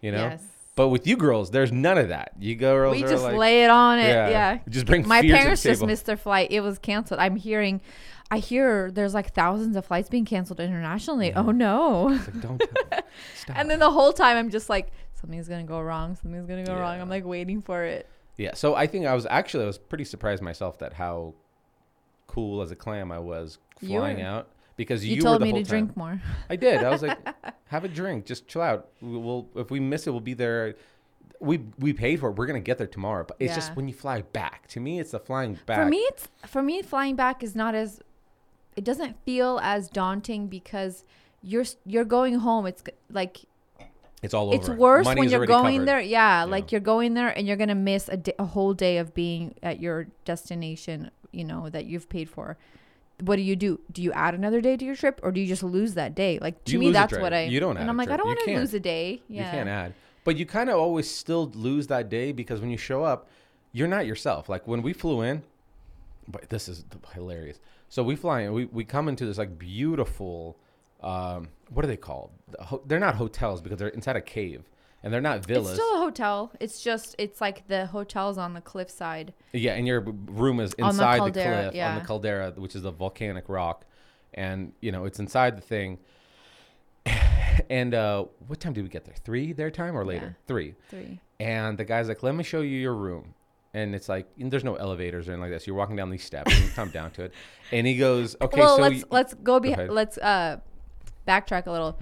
C: you know.
B: Yes.
C: But with you girls, there's none of that. You girls
B: We
C: are
B: just
C: like,
B: lay it on it.
C: yeah,
B: Yeah.
C: just bring
B: My
C: fear to the
B: parents just
C: table.
B: missed their flight. It was canceled. I'm hearing, I hear there's like thousands of flights being canceled internationally. Oh no.
C: It's like, don't tell me. stop.
B: And then the whole time I'm just like, something's gonna go wrong. Something's gonna go wrong.
C: Yeah.
B: I'm like waiting for it.
C: Yeah, so I think I was actually I was pretty surprised myself that how cool as a clam I was
B: You
C: flying
B: were.
C: out because you,
B: You,
C: were
B: told
C: the
B: me to
C: whole time-
B: drink more.
C: I did. I was like, have a drink, just chill out. We- We'll if we miss it, we'll be there. We we paid for it. We're gonna get there tomorrow. But it's just
B: Yeah.
C: when you fly back. To me, it's the flying back.
B: For me, it's for me flying back is not as it doesn't feel as daunting because you're s- you're going home. It's g- like
C: it's all over.
B: it's worse
C: Money's
B: when you're
C: already
B: going
C: covered.
B: there. Yeah, like you're going there and you're gonna miss a, day, a whole day of being at your destination. You know that you've paid for. What do you do? Do you add another day to your trip, or do you just lose that day? Like to
C: You
B: me,
C: lose a
B: that's
C: trip.
B: what I.
C: You don't add
B: And I'm
C: a
B: like, I
C: trip.
B: don't
C: You
B: want to
C: can't.
B: lose a day. Yeah.
C: You can't add. But you kind of always still lose that day because when you show up, you're not yourself. Like when we flew in, but this is hilarious. So we fly in, we, we come into this like beautiful, um, what are they called? The ho- They're not hotels because they're inside a cave and they're not villas.
B: It's still a hotel. It's just it's like the hotels on the cliffside.
C: Yeah, and your b- room is
B: On the
C: inside the,
B: caldera,
C: cliff on
B: yeah.
C: the caldera, which is a volcanic rock, and you know it's inside the thing. And uh, what time did we get there? Three their time or later? Three.
B: Three.
C: And the guy's like, "Let me show you your room." And it's like and there's no elevators or anything like this. You're walking down these steps and you come down to it. And he goes, "Okay,
B: well,
C: so
B: let's
C: you-
B: let's go, be
C: ahead. Mm-hmm.
B: let's uh backtrack a little.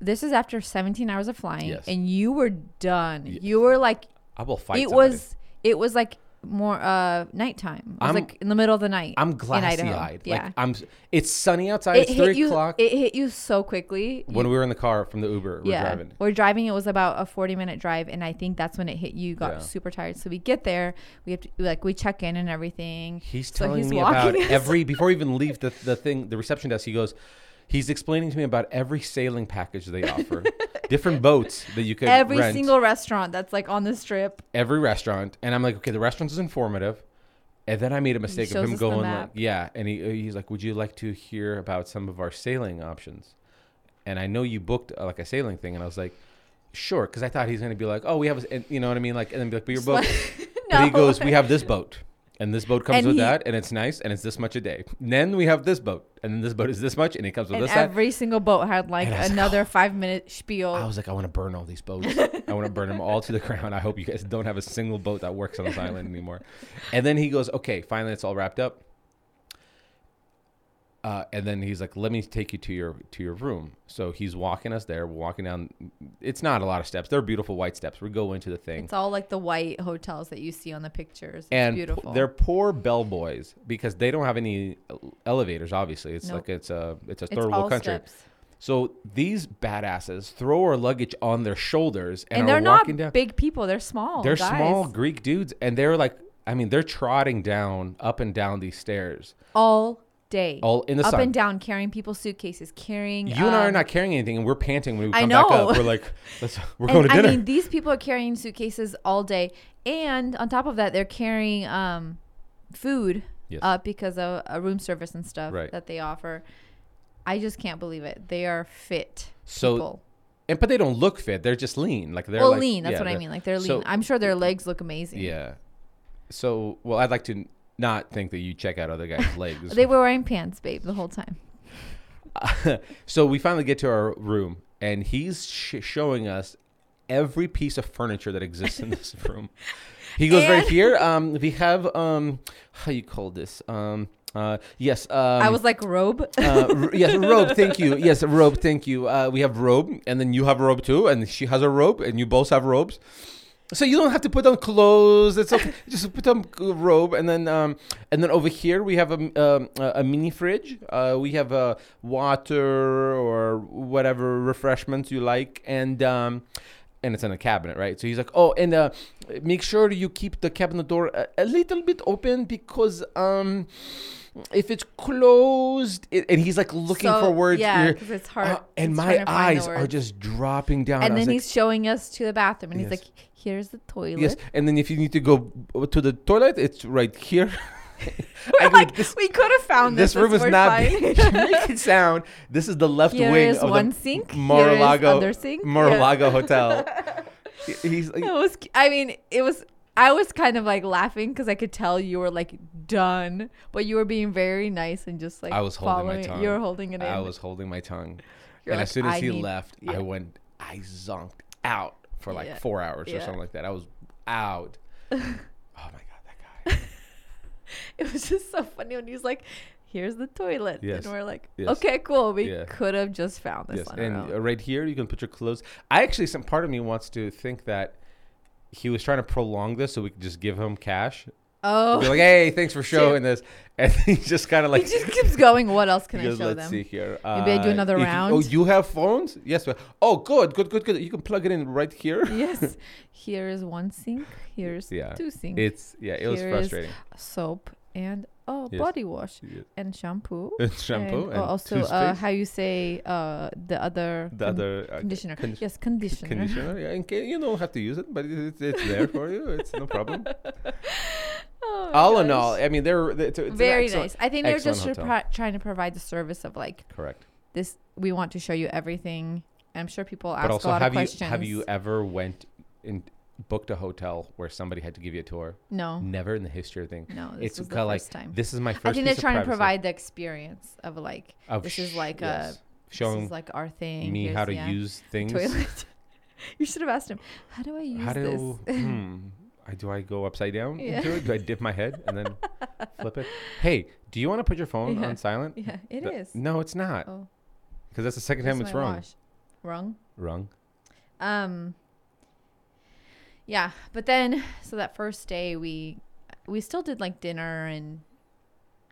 B: This is after 17 hours of flying,
C: Yes.
B: and you were done. You were like,
C: I will fight."
B: it
C: somebody.
B: was it was like more uh nighttime. It was
C: I'm-
B: like in the middle of the night.
C: I'm
B: in
C: glassy
B: Idaho.
C: eyed.
B: Yeah,
C: Like I'm. It's sunny outside.
B: it
C: it's
B: hit
C: three
B: you.
C: o'clock.
B: It hit you so quickly.
C: when
B: You-
C: we were in the car from the Uber, we're
B: yeah,
C: driving.
B: we're driving. It was about a forty-minute drive, and I think that's when it hit you. Got
C: Yeah.
B: super tired. So we get there. We have to like we check in and everything.
C: He's
B: So
C: telling me
B: walking
C: about
B: us.
C: every before we even leave the, the thing the reception desk. He goes, he's explaining to me about every sailing package they offer, different boats that you could
B: every
C: rent,
B: single restaurant that's like on the strip.
C: every restaurant. And I'm like, okay, the restaurants is informative. And then I made a mistake of
B: shows
C: him
B: us the
C: going like,
B: map.
C: yeah. And he, he's like, would you like to hear about some of our sailing options? And I know you booked uh, like a sailing thing, and I was like, sure, because I thought he's gonna be like, oh, we have, a, s- and, you know what I mean, like, and then be like, but your boat. But he goes, we have this boat, and this boat comes
B: And
C: with
B: he-
C: that, and it's nice, and it's this much a day. And then we have this boat, and then this boat is this much, and it comes with
B: and
C: this. that.
B: every single boat had like
C: And I was like,
B: another five minute spiel.
C: I was like, I want to burn all these boats. I want to burn them all to the ground. I hope you guys don't have a single boat that works on this island anymore. And then he goes, okay, finally it's all wrapped up. Uh, and then he's like, "Let me take you to your to your room." So he's walking us there. We're walking down. It's not a lot of steps. They're beautiful white steps. We go into the thing.
B: it's all like the white hotels that you see on the pictures. It's
C: and p-
B: beautiful.
C: they're poor bellboys because they don't have any el- elevators. Obviously, it's
B: Nope.
C: like it's a it's a
B: it's
C: third
B: all
C: world country.
B: steps.
C: So these badasses throw our luggage on their shoulders and,
B: And,
C: are
B: they're not
C: walking down.
B: big people. They're small.
C: they're
B: guys.
C: small Greek dudes, and they're like, I mean, they're trotting down up and down these stairs.
B: all day.
C: All in the
B: up
C: sun.
B: and down, carrying people's suitcases, carrying.
C: You and I are
B: um,
C: not carrying anything, and we're panting when we
B: I
C: come back up.
B: know.
C: We're like, Let's, we're
B: And
C: going to dinner.
B: I mean, these people are carrying suitcases all day, and on top of that, they're carrying um, food
C: Yes.
B: up because of a room service and stuff
C: Right.
B: that they offer. I just can't believe it. They are fit
C: So,
B: people.
C: and but they don't look fit. They're just lean. Like they're
B: well,
C: like-
B: lean. That's
C: yeah,
B: what I
C: they're-
B: mean. Like they're lean.
C: So-
B: I'm sure their legs look amazing.
C: Yeah. So, well, I'd like to n- not think that you check out other guys' legs.
B: They were wearing pants, babe, the whole time.
C: so we finally get to our room, and he's sh- showing us every piece of furniture that exists in this room. He goes right
B: And-
C: here. Um, we have um, how you call this? Um, uh, yes. Um,
B: I was like robe.
C: uh, r- yes, robe. Thank you. Yes, robe. Thank you. Uh, we have robe, and then you have robe too, and she has a robe, and you both have robes. So you don't have to put on clothes. It's okay. Just put on a robe, and then um, and then over here we have a um, a a mini fridge. Uh, we have uh, water or whatever refreshments you like, and um, and it's in a cabinet, right? So he's like, oh, and uh, make sure you keep the cabinet door a, a little bit open because um, if it's closed, it, and he's like looking
B: So,
C: for words.
B: yeah,
C: you're- "Uh,
B: 'cause it's hard-
C: and
B: it's
C: my
B: hard to find the
C: eyes are
B: words.
C: just dropping down. I
B: and
C: was
B: then
C: like,
B: he's showing us to the bathroom, and
C: Yes.
B: he's like, "Here's the toilet."
C: Yes, and then if you need to go b- to the toilet, it's right here. I
B: We're
C: mean,
B: like,
C: this,
B: we could have found this.
C: this room is
B: we're
C: not
B: fine."
C: big. You make it sound. This is the left
B: Here
C: wing
B: is
C: of
B: one
C: the
B: sink, here is
C: Mar-a-Lago
B: other sink. Yeah.
C: Mar-a-Lago hotel. He- He's like,
B: it was. cu- I mean, it was. I was kind of like laughing because I could tell you were like done, but you were being very nice and just like
C: I was holding my
B: following it.
C: tongue.
B: You were holding it.
C: I
B: in.
C: was holding my tongue,
B: You're
C: and
B: like,
C: as soon as
B: "I
C: he
B: need-"
C: left,
B: Yeah.
C: I went. I zonked out for like
B: Yeah.
C: four hours or
B: Yeah.
C: something like that. I was out. oh my god, that guy.
B: It was just so funny when he was like, "Here's the toilet,"
C: Yes.
B: and we're like,
C: Yes.
B: "Okay, cool. We
C: Yeah.
B: could have just found this Oh.
C: Yes,
B: on
C: and
B: our own."
C: uh, right here you can put your clothes. I actually, some part of me wants to think that he was trying to prolong this so we could just give him cash.
B: oh,
C: Be like, hey, thanks for showing this, and he just kind of
B: he
C: like
B: just keeps going. What else can
C: he goes,
B: I show
C: let's
B: them?
C: see here.
B: Maybe I do another
C: you can- oh,
B: round."
C: you have phones? Yes. well, Oh, good, good, good, good. You can plug it in right here.
B: yes. Here is one sink. Here's
C: Yeah,
B: two sinks.
C: It's yeah, it was
B: Here is-
C: frustrating.
B: soap and oh,
C: Yes.
B: body wash
C: Yeah.
B: and shampoo.
C: And shampoo
B: oh,
C: and
B: also uh,
C: toothpaste.
B: how you say uh, the other
C: The
B: con-
C: other uh,
B: conditioner.
C: condi-
B: yes, conditioner.
C: conditioner. Yeah, in case you don't have to use it, but it, it's it's there for you. It's no problem.
B: Oh my
C: all in
B: gosh.
C: all, I mean, they're it's, it's an
B: very
C: excellent-
B: nice. I think they're
C: excellent
B: just
C: hotel.
B: repri- trying to provide the service of like
C: Correct.
B: this. We want to show you everything. I'm sure people ask
C: but also
B: a lot
C: have
B: of
C: you
B: questions.
C: have you ever went and booked a hotel where somebody had to give you a tour
B: No,
C: never in the history of thing
B: Mm. No, this was the
C: kinda
B: first time.
C: this is my first
B: I think they're
C: piece of
B: trying to
C: privacy
B: provide the experience of like
C: of
B: this is
C: sh-
B: like
C: yes,
B: a this
C: showing
B: is like our thing.
C: me
B: here's-
C: how to
B: yeah,
C: use things
B: toilet. you should have asked him. How do I use
C: how
B: this?
C: do hmm, I, do I go upside down
B: Yeah.
C: into it do I dip my head and then flip it hey do you want to put your phone
B: Yeah.
C: on silent
B: Yeah, it
C: Th-
B: is.
C: no it's not because
B: Oh,
C: that's the second
B: that's
C: time it's
B: my
C: wrong
B: wash. Wrong.
C: wrong
B: Um. Yeah, but then so that first day we we still did like dinner and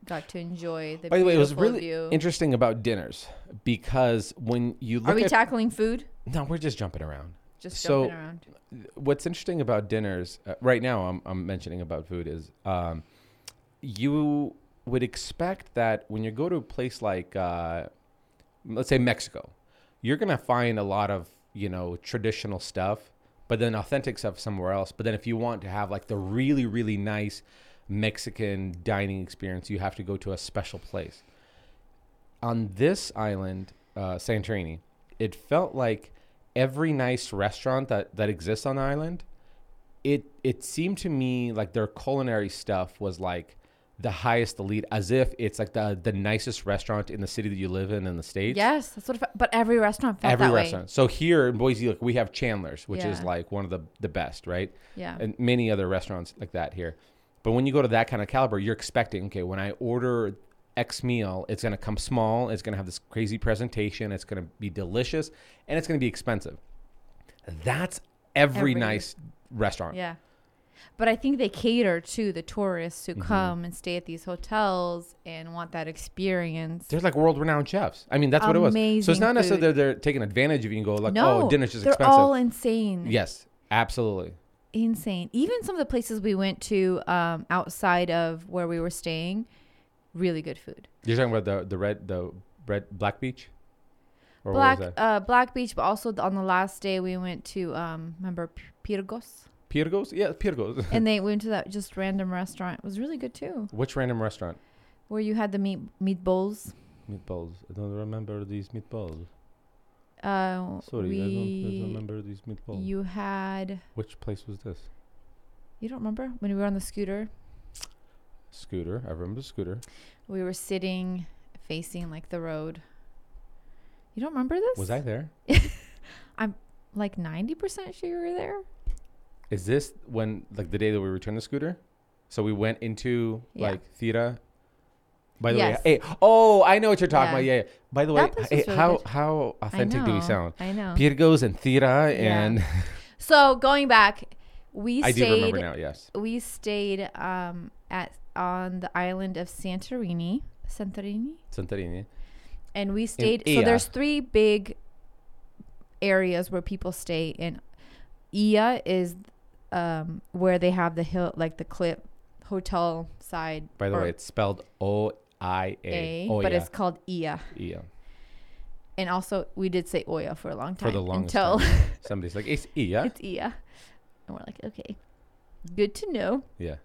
B: got to enjoy the.
C: by the way it was
B: beautiful
C: really
B: view.
C: interesting about dinners because when you look
B: Are we
C: at
B: tackling food?
C: no we're just jumping around
B: Just
C: So-
B: jumping around.
C: what's interesting about dinners uh, right now I'm, I'm mentioning about food is um, you would expect that when you go to a place like uh, let's say mexico you're going to find a lot of you know traditional stuff but then authentic stuff somewhere else but then if you want to have like the really really nice mexican dining experience you have to go to a special place on this island, uh, Santorini, it felt like every nice restaurant that, that exists on the island, it it seemed to me like their culinary stuff was like the highest elite, as if it's like the the nicest restaurant in the city that you live in in the states.
B: Yes, that's what. It, fe- but every restaurant felt
C: Every
B: that
C: restaurant. So here in Boise, like we have Chandler's, which is
B: Yeah.
C: like one of the, the best, right?
B: way. Yeah.
C: and many other restaurants like that here. But when you go to that kind of caliber, you're expecting, okay, when I order X meal, it's going to come small, it's going to have this crazy presentation, it's going to be delicious, and it's going to be expensive. That's every,
B: Every-
C: nice restaurant.
B: Yeah. But I think they cater to the tourists
C: Mm-hmm.
B: who come and stay at these hotels and want that experience.
C: There's like world renowned chefs. I mean, that's what it was. So it's
B: Amazing
C: not
B: food.
C: necessarily that they're taking advantage of you and go, like,
B: no,
C: oh, dinner's just
B: they're
C: expensive.
B: all insane.
C: yes, absolutely.
B: insane. Even some of the places we went to um, outside of where we were staying, really good food.
C: You're talking about the, the red, the red, Black Beach? Or
B: Black
C: what was that?
B: uh, Black Beach, but also th- on the last day we went to um, remember P- Pirgos,
C: Pirgos? Yeah, Pirgos.
B: and they went to that just random restaurant. It was really good too,
C: Which random restaurant?
B: where you had the meat meatballs.
C: Meatballs. I don't remember these meatballs.
B: Uh,
C: Sorry, I, don't, I
B: we-
C: don't remember these meatballs.
B: You had
C: Which place was this?
B: you don't remember when we were on the scooter,
C: Scooter. I remember Scooter.
B: we were sitting facing like the road. You don't remember this?
C: Was I there?
B: like ninety percent sure you were there?
C: Is this when, like, the day that we returned the Scooter? So we went into,
B: Yeah.
C: like, theater. By the
B: Yes.
C: way, hey, oh, I know what you're talking
B: Yeah.
C: about. Yeah, yeah. By the way,
B: That place
C: hey,
B: was really
C: how
B: good.
C: how
B: I
C: authentic do we
B: know,
C: sound?
B: I know.
C: Pirgos and Thira
B: Yeah.
C: and
B: So going back, we
C: I do
B: stayed
C: remember now. Yes.
B: we stayed um at on the island of Santorini, Santorini,
C: Santorini.
B: and we stayed. so
C: Ia.
B: there's three big areas where people stay in. Ia is um where they have the hill, like the cliff hotel side.
C: By the
B: or
C: way, it's spelled O I A.
B: A,
C: Oh
B: but
C: yeah.
B: it's called Ia.
C: yeah.
B: And also, we did say Oya for a long time
C: For the longest
B: until
C: time. Somebody's like it's Ia.
B: it's Ia, and we're like, okay, good to know.
C: Yeah.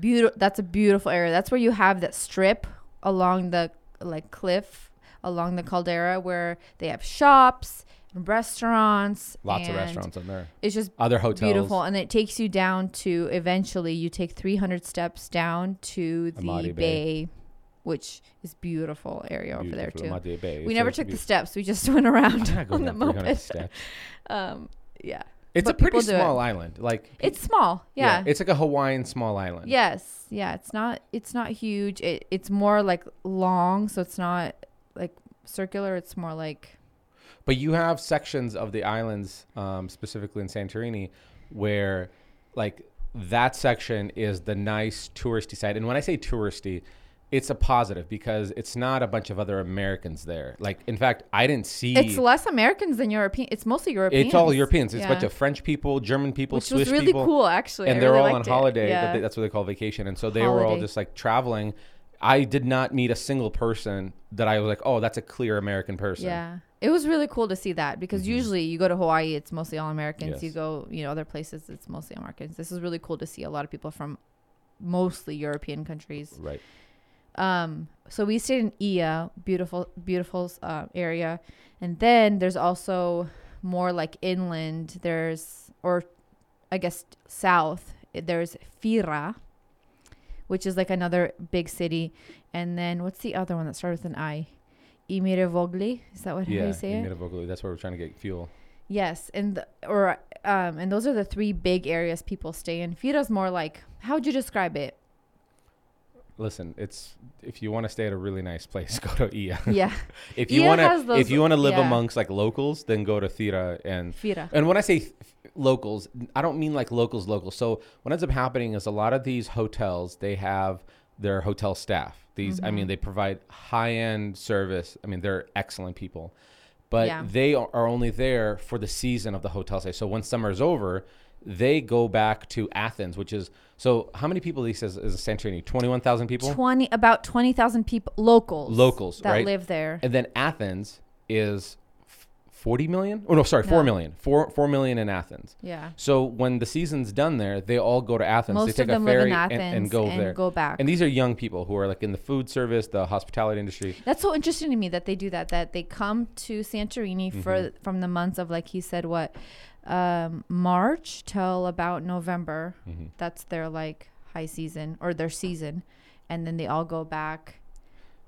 B: beautiful that's a beautiful area that's where you have that strip along the like cliff along the caldera where they have shops and restaurants
C: Lots of
B: and
C: restaurants on there.
B: it's just
C: Other hotels.
B: beautiful and it takes you down to eventually you take 300 steps down to the
C: Amati Bay.
B: bay. which is beautiful area over there
C: Beautiful.
B: too
C: Madia Bay.
B: we
C: It's
B: never
C: supposed to
B: took
C: be-
B: the steps we just went around
C: I'm not going
B: on the
C: down 300
B: moped
C: steps.
B: um yeah
C: It's
B: But
C: a pretty
B: people do it.
C: small island. Like
B: it's small yeah
C: It's like a Hawaiian small island.
B: Yes. Yeah. It's not. It's not huge. It, it's more like long, so it's not like circular. It's more like
C: But you have sections of the islands, um, specifically in Santorini, where like that section is the nice touristy side. And when I say touristy, it's a positive because it's not a bunch of other Americans there. Like, in fact, I didn't see.
B: it's less Americans than European. It's mostly Europeans.
C: It's all Europeans. It's
B: Yeah.
C: a bunch of French people, German people,
B: which
C: Swiss
B: was really
C: people.
B: cool actually. I
C: and they're
B: really
C: all on
B: liked it.
C: holiday.
B: Yeah.
C: that- That's what they call vacation. And so they were all
B: Holiday.
C: just like traveling. I did not meet a single person that I was like, oh, that's a clear American person.
B: yeah. It was really cool to see that because usually you go to Hawaii, it's mostly all Americans.
C: Mm-hmm. Yes.
B: You go, you know, other places, it's mostly Americans. This is really cool to see a lot of people from mostly European countries.
C: Right.
B: Um, so we stayed in Ia, beautiful, beautiful uh, area, and then there's also more like inland. There's or I guess south. eh, There's Fira, which is like another big city, and then what's the other one that starts with an I? Imirevogli. Is that what how
C: Yeah.
B: you say
C: you
B: it?
C: made a vocal- That's where we're trying to get fuel.
B: Yes, and the, or um, and those are the three big areas people stay in. Fira's more like how would you describe it?
C: Listen, it's if you want to stay at a really nice place, go to Ia.
B: Yeah,
C: If you
B: Ia
C: want
B: E has
C: to,
B: those-
C: if you want to live
B: yeah.
C: amongst like locals, then go to Thira and
B: Fira.
C: And when I say th- locals, I don't mean like locals, locals. So what ends up happening is a lot of these hotels they have their hotel staff. These, I mean, they provide high end service. I mean, they're excellent people, but
B: Yeah.
C: they are are only there for the season of the hotel stay. So when summer is over. They go back to Athens, which is so. How many people he says is Santorini? Twenty-one thousand people.
B: twenty about twenty thousand people locals
C: Locals,
B: that
C: right?
B: live there.
C: And then Athens is f- 40 million? Oh, no, sorry, 4
B: No.
C: million. 4, 4 million in Athens.
B: Yeah.
C: So when the season's done there, they all go to Athens.
B: Most
C: they
B: of
C: take
B: them
C: a
B: live in
C: ferry and, and
B: Athens
C: go
B: and
C: there.
B: go back.
C: And these are young people who are like in the food service, the hospitality industry.
B: That's so interesting to me that they do that. That they come to Santorini
C: Mm-hmm.
B: for from the months of like he said what um, March till about November.
C: Mm-hmm.
B: That's their like high season or their season, and then they all go back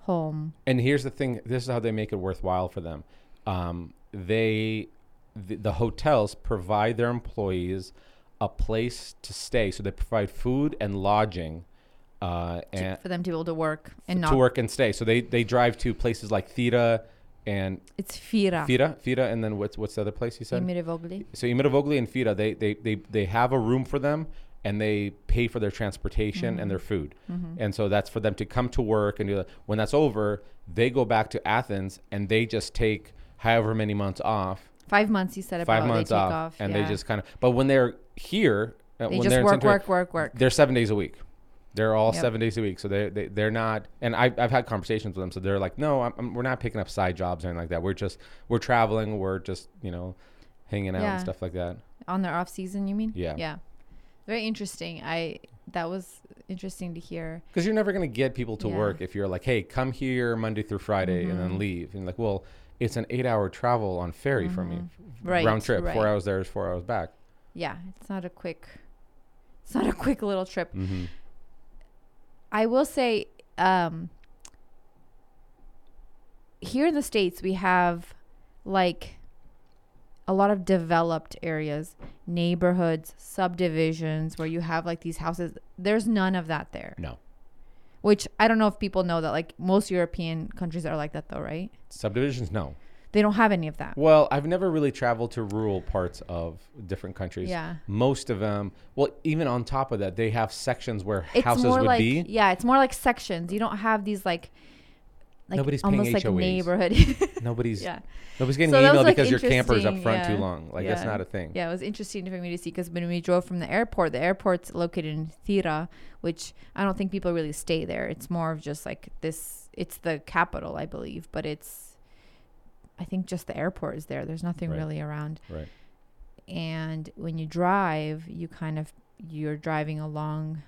B: home.
C: And here's the thing: this is how they make it worthwhile for them. Um, they, the, the hotels provide their employees a place to stay, so they provide food and lodging. Uh,
B: to-
C: and
B: for them to be able to work and not
C: to work and stay. So they they drive to places like Theta and
B: it's Fira.
C: Fira, Fira, and then what's what's the other place you said?
B: Imirevogli.
C: so Imirovogli and Fira, they, they they they have a room for them and they pay for their transportation
B: Mm-hmm.
C: and their food. And so that's for them to come to work and do that. When that's over, they go back to Athens and they just take however many months off,
B: Five months, he said. About
C: five months
B: Oh, they take
C: off,
B: off,
C: and
B: yeah.
C: they just kind of. But when they're here, uh,
B: They
C: when
B: just
C: they're in
B: work,
C: Santorini,
B: work, work, work.
C: They're seven days a week. They're all
B: Yep.
C: seven days a week, so they, they they're not. And I've, I've had conversations with them, so they're like, "No, I'm, I'm- we're not picking up side jobs or anything like that. We're just we're traveling. We're just you know, hanging out
B: Yeah.
C: and stuff like that."
B: on their off season you mean
C: Yeah.
B: yeah very interesting i that was interesting to hear
C: Because you're never going to get people to
B: Yeah. Mm-hmm.
C: work if you're like, hey, come here Monday through Friday and then leave. And like, well, it's an eight hour travel on ferry for me.
B: Mm-hmm. right
C: Round trip,
B: right.
C: four hours there is four hours back.
B: yeah it's not a quick it's not a quick little trip
C: Mm-hmm.
B: i will say um here in the states we have like a lot of developed areas neighborhoods subdivisions where you have like these houses there's none of that there
C: No.
B: which i don't know if people know that like most european countries are like that though right
C: Subdivisions, no.
B: They don't have any of that.
C: Well, I've never really traveled to rural parts of different countries.
B: Yeah.
C: Most of them, well, even on top of that, they have sections where
B: It's
C: houses
B: more
C: would
B: like
C: be.
B: yeah, it's more like sections. You don't have these like like
C: Nobody's paying
B: almost like
C: HOAs.
B: neighborhood.
C: Nobody's
B: yeah.
C: nobody's getting
B: So that
C: emailed
B: was, like,
C: because your camper's up
B: interesting,
C: front
B: yeah.
C: too long. Like that's
B: Yeah.
C: not a thing.
B: Yeah, it was interesting for me to see because when we drove from the airport, the airport's located in Thira, which I don't think people really stay there. It's more of just like this. It's the capital, I believe, but it's. I think just the airport is there. There's nothing
C: Right.
B: really around.
C: Right.
B: And when you drive, you kind of you're driving along,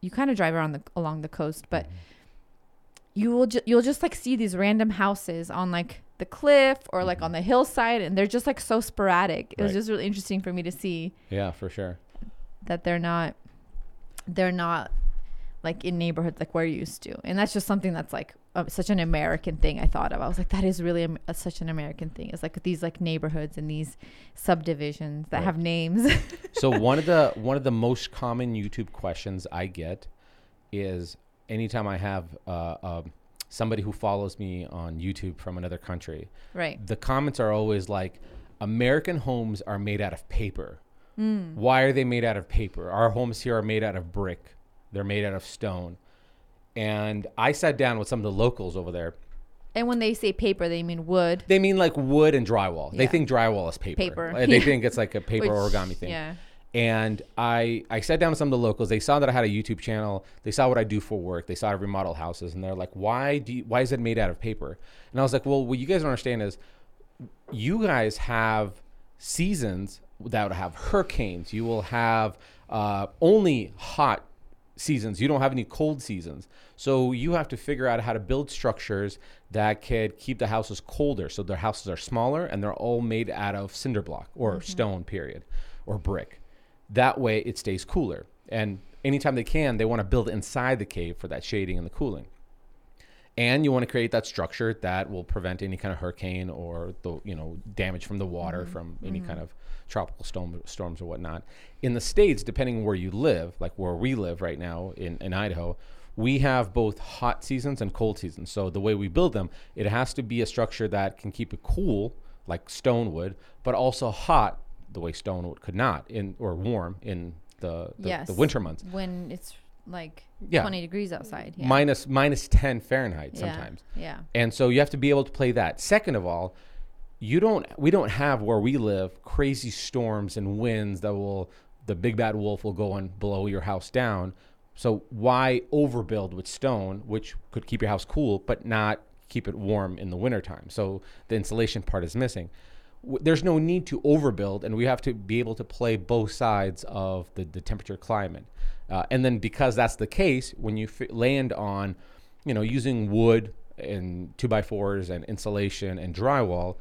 B: you kind of drive around the along the coast, but
C: Mm-hmm.
B: you will ju- you'll just like see these random houses on like the cliff or like on the hillside and they're just like so sporadic it was
C: Mm-hmm. Right.
B: just really interesting for me to see
C: Yeah, for sure.
B: that they're not they're not like in neighborhoods like we're used to and that's just something that's like uh, such an american thing i thought of i was like that is really am- uh, such an american thing it's like these like neighborhoods and these subdivisions that
C: Right.
B: have names
C: so one of the one of the most common YouTube questions I get is anytime I have uh, um, somebody who follows me on YouTube from another country,
B: right
C: the comments are always like, "American homes are made out of paper.
B: Hmm.
C: Why are they made out of paper? Our homes here are made out of brick. They're made out of stone." And I sat down with some of the locals over there.
B: and when they say paper they mean wood
C: They mean like wood and drywall. They
B: Yeah.
C: think drywall is paper.
B: Paper.
C: Uh, They
B: Yeah.
C: think it's like a paper
B: Which-
C: origami thing.
B: yeah.
C: And I I sat down with some of the locals. They saw that I had a YouTube channel. They saw what I do for work. They saw I remodel houses, and they're like, "Why do you, why is it made out of paper?" And I was like, "Well, what you guys don't understand is, you guys have seasons that have hurricanes. You will have uh, only hot seasons. You don't have any cold seasons. So you have to figure out how to build structures that could keep the houses colder. So their houses are smaller and they're all made out of cinder block or stone, period, or brick. That way it stays cooler. And anytime they can, they want to build inside the cave for that shading and the cooling and you want to create that structure that will prevent any kind of hurricane or the you know damage from the water
B: Mm-hmm.
C: from any kind of tropical storm, storms or whatnot in the states depending where you live like where we live right now in, in idaho we have both hot seasons and cold seasons so the way we build them it has to be a structure that can keep it cool like stone would but also hot the way stone would could not in or warm in the, the,
B: yes
C: the winter months
B: when it's like
C: Yeah.
B: 20 degrees outside yeah.
C: Minus- minus 10 fahrenheit
B: Yeah.
C: sometimes
B: yeah
C: and so you have to be able to play that. Second of all, you don't we don't have where we live crazy storms and winds that will the big bad wolf will go and blow your house down. So why overbuild with stone, which could keep your house cool but not keep it warm in the wintertime? So the insulation part is missing. W- There's no need to overbuild, and we have to be able to play both sides of the, the temperature climate. Uh, and then, because that's the case, when you f- land on you know, using wood and two by fours and insulation and drywall,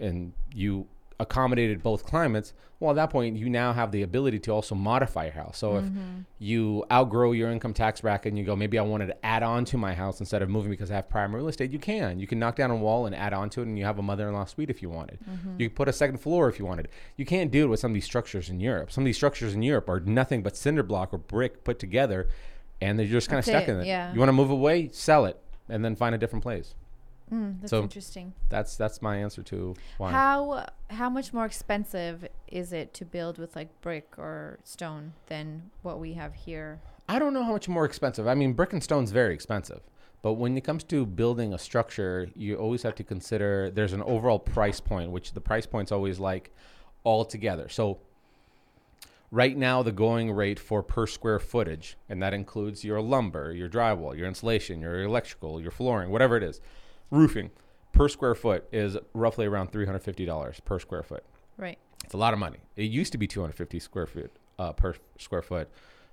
C: and you accommodated both climates. Well, at that point, you now have the ability to also modify your house. So
B: Mm-hmm.
C: if you outgrow your income tax bracket and you go, maybe I wanted to add on to my house instead of moving because I have prime real estate, you can. You can knock down a wall and add on to it, and you have a mother-in-law suite if you wanted.
B: Mm-hmm.
C: You could put a second floor if you wanted. You can't do it with some of these structures in Europe. Some of these structures in Europe are nothing but cinder block or brick put together. And they're just kind of
B: That's
C: stuck
B: it,
C: in it.
B: yeah.
C: You want to move away, sell it, and then find a different place.
B: Mm, that's
C: So-
B: interesting
C: That's that's my answer to why.
B: How how much more expensive is it to build with like brick or stone than what we have here?
C: I don't know how much more expensive. I mean, brick and stone's very expensive. But when it comes to building a structure, you always have to consider there's an overall price point, which the price point's always like all together. So right now the going rate for per square footage, and that includes your lumber, your drywall, your insulation, your electrical, your flooring, whatever it is, roofing per square foot is roughly around $350 per square foot.
B: Right.
C: It's a lot of money. It used to be 250 square foot uh, per square foot,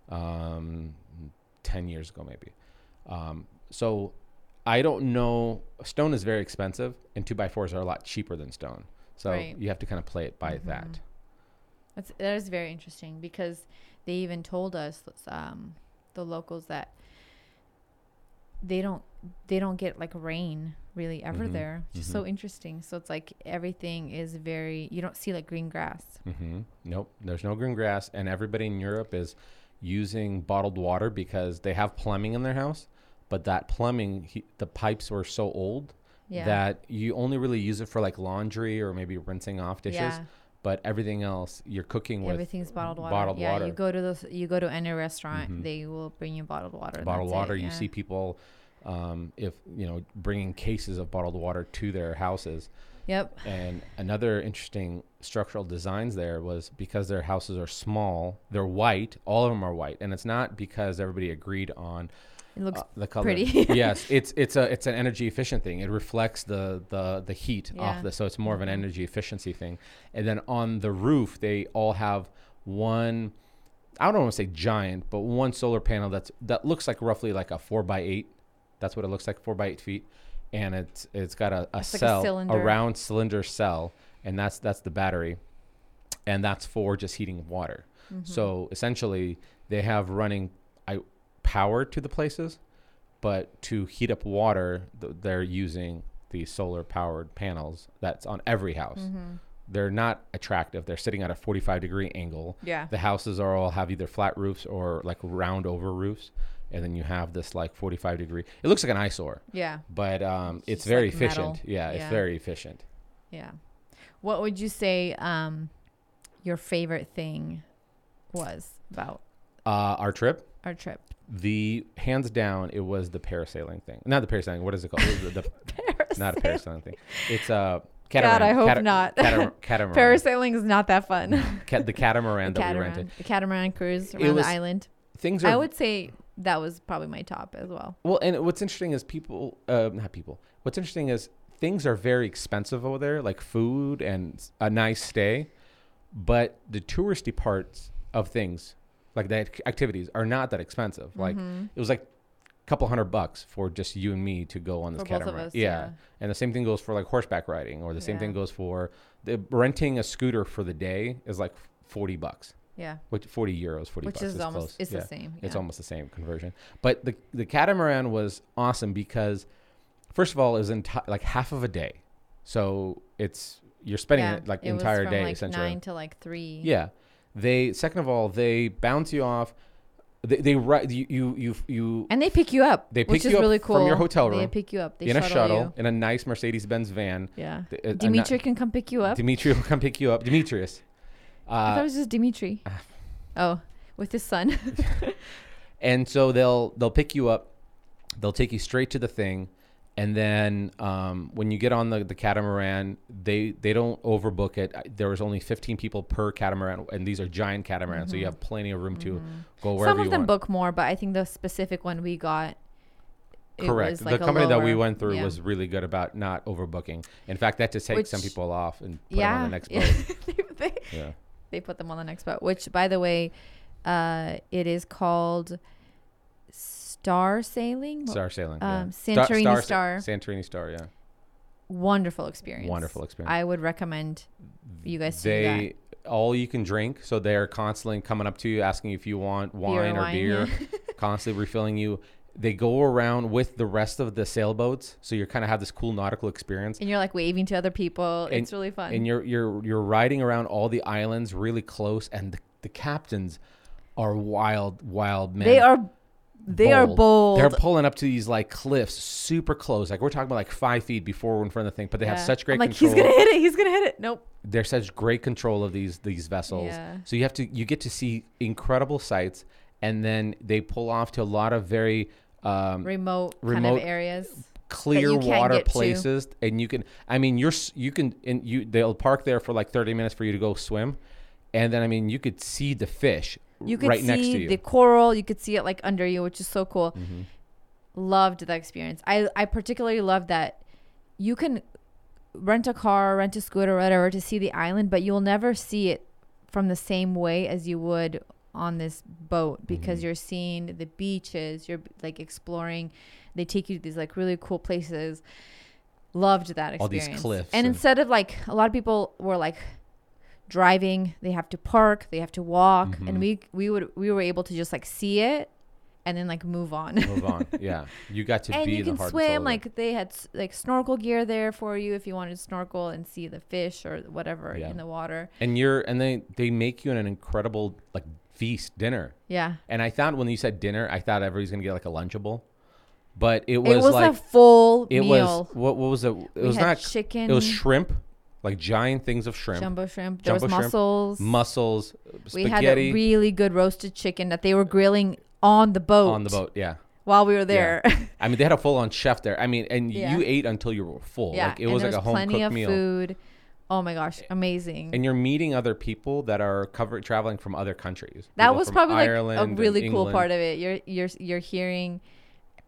C: um, 10 years ago maybe. Um, so I don't know. Stone is very expensive, and two by fours are a lot cheaper than stone. So
B: Right.
C: you have to kind of play it by that.
B: That's that is very interesting because they even told us um, the locals that they don't they don't get like rain really ever
C: Mhm,
B: there. It's just so interesting. So it's like everything is very you don't see like green grass.
C: hmm Nope, there's no green grass, and everybody in Europe is using bottled water because they have plumbing in their house, but that plumbing, he, the pipes were so old
B: Yeah.
C: that you only really use it for like laundry or maybe rinsing off dishes.
B: Yeah.
C: But everything else, you're cooking with
B: Everything's bottled water.
C: bottled
B: yeah,
C: water. Mm-hmm.
B: you go to those. You go to any restaurant, they will bring you bottled water. and
C: bottled
B: that's it,
C: water. You
B: yeah.
C: see people, um, if you know, bringing cases of bottled water to their houses.
B: Yep.
C: And another interesting structural designs there was because their houses are small, they're white. All of them are white, and it's not because everybody agreed on
B: It looks
C: uh, the color.
B: pretty.
C: yes, it's it's a it's an energy efficient thing. It reflects the the the heat
B: Yeah. Mm-hmm.
C: off the so it's more of an energy efficiency thing. And then on the roof, they all have one. I don't want to say giant, but one solar panel that's that looks like roughly like a four by eight. That's what it looks like, four by eight feet, and it's it's got a, a
B: It's like a
C: cell,
B: cylinder.
C: a round cylinder cell, and that's that's the battery and that's for just heating water.
B: Mm-hmm.
C: So essentially, they have running I, power to the places, but to heat up water, th- they're using the solar powered panels that's on every house.
B: Mm-hmm.
C: They're not attractive. They're sitting at a 45 degree angle.
B: Yeah.
C: The houses are all have either flat roofs or like round over roofs. And then you have this like 45 degree. It looks like an eyesore,
B: Yeah.
C: but um, it's,
B: just
C: very
B: like metal.
C: efficient. Yeah,
B: Yeah.
C: it's very efficient.
B: Yeah. What would you say um, your favorite thing was about
C: Uh, our trip,
B: our trip?
C: the hands down it was the parasailing thing not the parasailing what is it called the, the, not a parasailing thing it's a catamaran
B: I hope
C: cata-
B: not.
C: catar- catamaran
B: Parasailing is not that fun.
C: Ca- the catamaran that we
B: catamaran,
C: rented
B: the catamaran cruise
C: It
B: around
C: was-
B: the island.
C: things are
B: I would say that was probably my top as well.
C: well and what's interesting is people uh, not people what's interesting is things are very expensive over there like food and a nice stay but the touristy parts of things like the ac- activities are not that expensive like
B: Mm-hmm.
C: it was like a couple hundred bucks for just you and me to go on this
B: For both of
C: catamaran
B: us, yeah.
C: and the same thing goes for like horseback riding or the same
B: Yeah.
C: thing goes for the renting a scooter for the day is like 40 bucks
B: Yeah.
C: which 40 euros 40
B: Which
C: bucks
B: is almost-
C: close.
B: it's the same,
C: it's
B: yeah.
C: almost the same conversion but the the catamaran was awesome because first of all it was enti- like half of a day so it's you're spending
B: yeah.
C: it like the
B: it was
C: entire
B: from
C: day
B: like
C: essentially
B: nine to like three.
C: yeah. They second of all, they bounce you off. They they ri- you you you you
B: And they pick you up.
C: They
B: which
C: pick
B: is
C: you up
B: really
C: from
B: cool.
C: your hotel
B: They
C: room
B: pick you up. They
C: in a
B: shuttle
C: shuttle
B: You.
C: in a nice Mercedes Benz van.
B: Yeah.
C: The- a- a ni-
B: Dimitri can come pick you up.
C: Dimitri will come pick you up. Demetrius.
B: I
C: Uh,
B: thought it was just Dimitri. oh, with his son.
C: and so they'll they'll pick you up they'll take you straight to the thing and then um, when you get on the, the catamaran they they don't overbook it I- there was only 15 people per catamaran and these are giant catamarans so you have plenty of room to go wherever
B: Mm-hmm. Some of
C: you
B: them
C: want
B: book more, but I think the specific one we got. it
C: correct
B: was like
C: the
B: a
C: company that we
B: lower-
C: went through
B: yeah.
C: was really good about not overbooking in fact that just takes some
B: Which-
C: people off and put
B: yeah.
C: them on the next
B: yeah.
C: boat
B: they,
C: yeah
B: they put them on the next boat, which, by the way, uh, it is called Star Sailing. What-
C: star sailing
B: Um,
C: yeah.
B: Santorini
C: Sa-
B: Star.
C: santorini star yeah
B: Wonderful experience.
C: Wonderful experience.
B: I would recommend you guys to do that.
C: they all you can drink so they're constantly coming up to you asking if you want wine or
B: wine,
C: beer constantly refilling you they go around with the rest of the sailboats so you kind of have this cool nautical experience
B: And you're like waving to other people.
C: And-
B: it's really fun.
C: and you're you're you're riding around all the islands really close and the, the captains are wild wild men
B: they are, they are bold.
C: They're pulling up to these like cliffs, super close. Like we're talking about like five feet before we're in front of the thing, but they have
B: Yeah.
C: such great
B: I'm like,
C: control
B: he's gonna hit it. He's gonna hit it. Nope.
C: there's such great control of these these vessels.
B: Yeah.
C: So you have to you get to see incredible sights, and then they pull off to a lot of very um,
B: Remote, kind
C: Remote-
B: of areas.
C: clear
B: you can't
C: water
B: get to.
C: places, and you can. I mean, you're s- you can and you they'll park there for like 30 minutes for you to go swim, and then I mean you could see the fish
B: You could
C: right
B: see
C: next to you. Mm-hmm.
B: the coral. You could see it like under you, which is so cool. Loved the experience. I I particularly love that you can rent a car, rent a scooter, or whatever to see the island, but you'll never see it from the same way as you would on this boat
C: Mm-hmm.
B: because you're seeing the beaches. You're like exploring. They take you to these like really cool places. Loved that experience.
C: All these cliffs
B: and
C: and-
B: instead of like a lot of people were like driving they have to park they have to walk
C: Mm-hmm.
B: and we we would we were able to just like see it and then like move on
C: Move on. Yeah, you got to
B: and
C: be
B: you
C: in the
B: can
C: heart and soul
B: swim
C: of it.
B: like they had s- like snorkel gear there for you if you wanted to snorkel and see the fish or whatever
C: Yeah.
B: in the water
C: and you're and they they make you an incredible like feast dinner
B: yeah
C: And I thought when you said dinner, I thought everybody's gonna get like a lunchable, But it was,
B: It was
C: like
B: a full
C: it
B: meal.
C: was what what was it? It was
B: had
C: not
B: chicken.
C: It was shrimp, like giant things of shrimp,
B: jumbo shrimp. There
C: Jumbo
B: was
C: shrimp,
B: mussels.
C: mussels,
B: we
C: spaghetti
B: had a really good roasted chicken that they were grilling on the boat.
C: on the boat. Yeah.
B: while we were
C: Yeah.
B: there.
C: I mean, they had a full-on chef there. I mean, and
B: Yeah.
C: you ate until you were full.
B: Yeah,
C: like it
B: and
C: was
B: there
C: like a
B: plenty
C: home-cooked
B: of
C: meal.
B: food. Oh my gosh, amazing!
C: and you're meeting other people that are cover traveling from other countries.
B: that
C: People
B: was
C: from
B: probably like
C: Ireland
B: a
C: and
B: really cool
C: England.
B: part of it. You're you're you're hearing